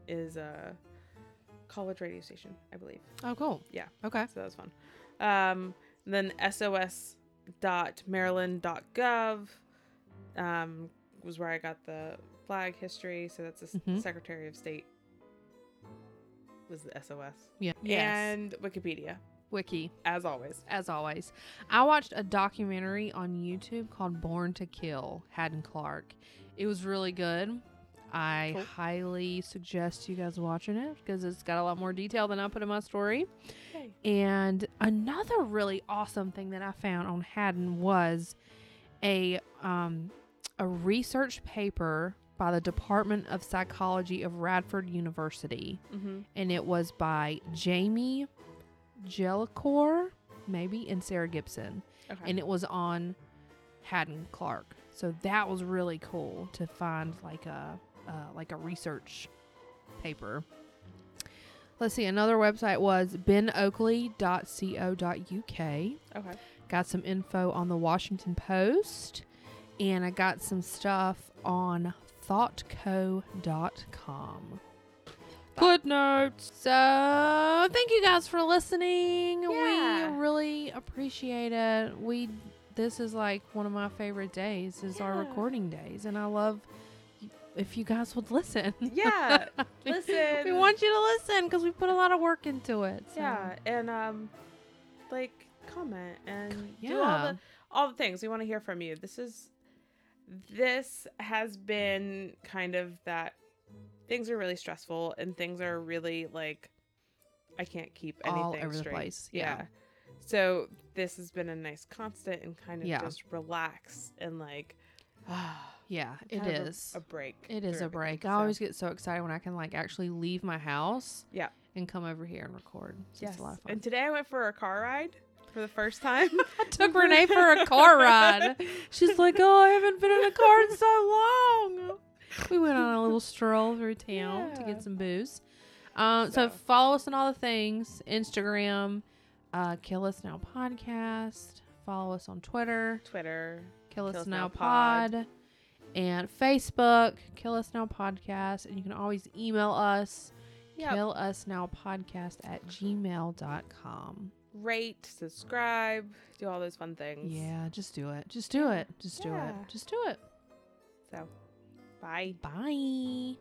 [SPEAKER 2] is a college radio station, I believe.
[SPEAKER 1] Oh, cool.
[SPEAKER 2] Yeah.
[SPEAKER 1] Okay.
[SPEAKER 2] So that was fun. Um, then sos.maryland.gov um, was where I got the flag history. So that's the s-
[SPEAKER 1] Mhm.
[SPEAKER 2] Secretary of State was the SOS.
[SPEAKER 1] Yeah. Yes.
[SPEAKER 2] And Wikipedia,
[SPEAKER 1] Wiki.
[SPEAKER 2] as always.
[SPEAKER 1] as always. I watched a documentary on YouTube called Born to Kill, Haddon Clark. It was really good. I
[SPEAKER 2] Cool.
[SPEAKER 1] highly suggest you guys watching it because it's got a lot more detail than I put in my story. And another really awesome thing that I found on Haddon was a um, a research paper by the Department of Psychology of Radford University
[SPEAKER 2] Mm-hmm.
[SPEAKER 1] and it was by Jamie Jellicore, maybe, and Sarah Gibson.
[SPEAKER 2] Okay.
[SPEAKER 1] And it was on Haddon Clark. So that was really cool to find like a uh, like a research paper. Let's see, another website was benoakley.co.uk
[SPEAKER 2] okay.
[SPEAKER 1] got some info on the Washington Post, and I got some stuff on thoughtco.com. Good notes. So, thank you guys for listening.
[SPEAKER 2] Yeah.
[SPEAKER 1] We really appreciate it. We this is like one of my favorite days is our
[SPEAKER 2] Yeah.
[SPEAKER 1] recording days, and I love if you guys would listen.
[SPEAKER 2] Yeah. listen.
[SPEAKER 1] we want you to listen because we put a lot of work into it. so.
[SPEAKER 2] Yeah. And um, like, comment and do all
[SPEAKER 1] Yeah.
[SPEAKER 2] the all the things we want to hear from you. This is this has been kind of that things are really stressful and things are really like I can't keep anything
[SPEAKER 1] All over the
[SPEAKER 2] straight.
[SPEAKER 1] place, yeah.
[SPEAKER 2] So this has been a nice constant and kind of
[SPEAKER 1] Yeah.
[SPEAKER 2] just relax and like ah,
[SPEAKER 1] Yeah, it
[SPEAKER 2] kind of a-
[SPEAKER 1] is.
[SPEAKER 2] a, break.
[SPEAKER 1] It is
[SPEAKER 2] through
[SPEAKER 1] a break.
[SPEAKER 2] everything.
[SPEAKER 1] I
[SPEAKER 2] So,
[SPEAKER 1] always get so excited when I can like actually leave my house.
[SPEAKER 2] Yeah.
[SPEAKER 1] And come over here and record. So It's a lot of fun.
[SPEAKER 2] And today I went for a car ride for the first time.
[SPEAKER 1] I took Renee for a car ride. She's like, "Oh, I haven't been in a car in so long." We went on a little stroll through town to
[SPEAKER 2] Yeah.
[SPEAKER 1] get some booze. Um, so.
[SPEAKER 2] So.
[SPEAKER 1] follow us on all the things: Instagram, uh, Kill Us Now Podcast. Follow us on Twitter,
[SPEAKER 2] Twitter.
[SPEAKER 1] Kill Us, Now, Pod. and Facebook, Kill Us Now Podcast. And you can always email us,
[SPEAKER 2] Yep.
[SPEAKER 1] Kill Us Now Podcast at gmail.com.
[SPEAKER 2] Rate, subscribe, do all those fun things.
[SPEAKER 1] Yeah, just do it. Just do it. Just do it.
[SPEAKER 2] Yeah.
[SPEAKER 1] Just do it.
[SPEAKER 2] So, bye.
[SPEAKER 1] Bye.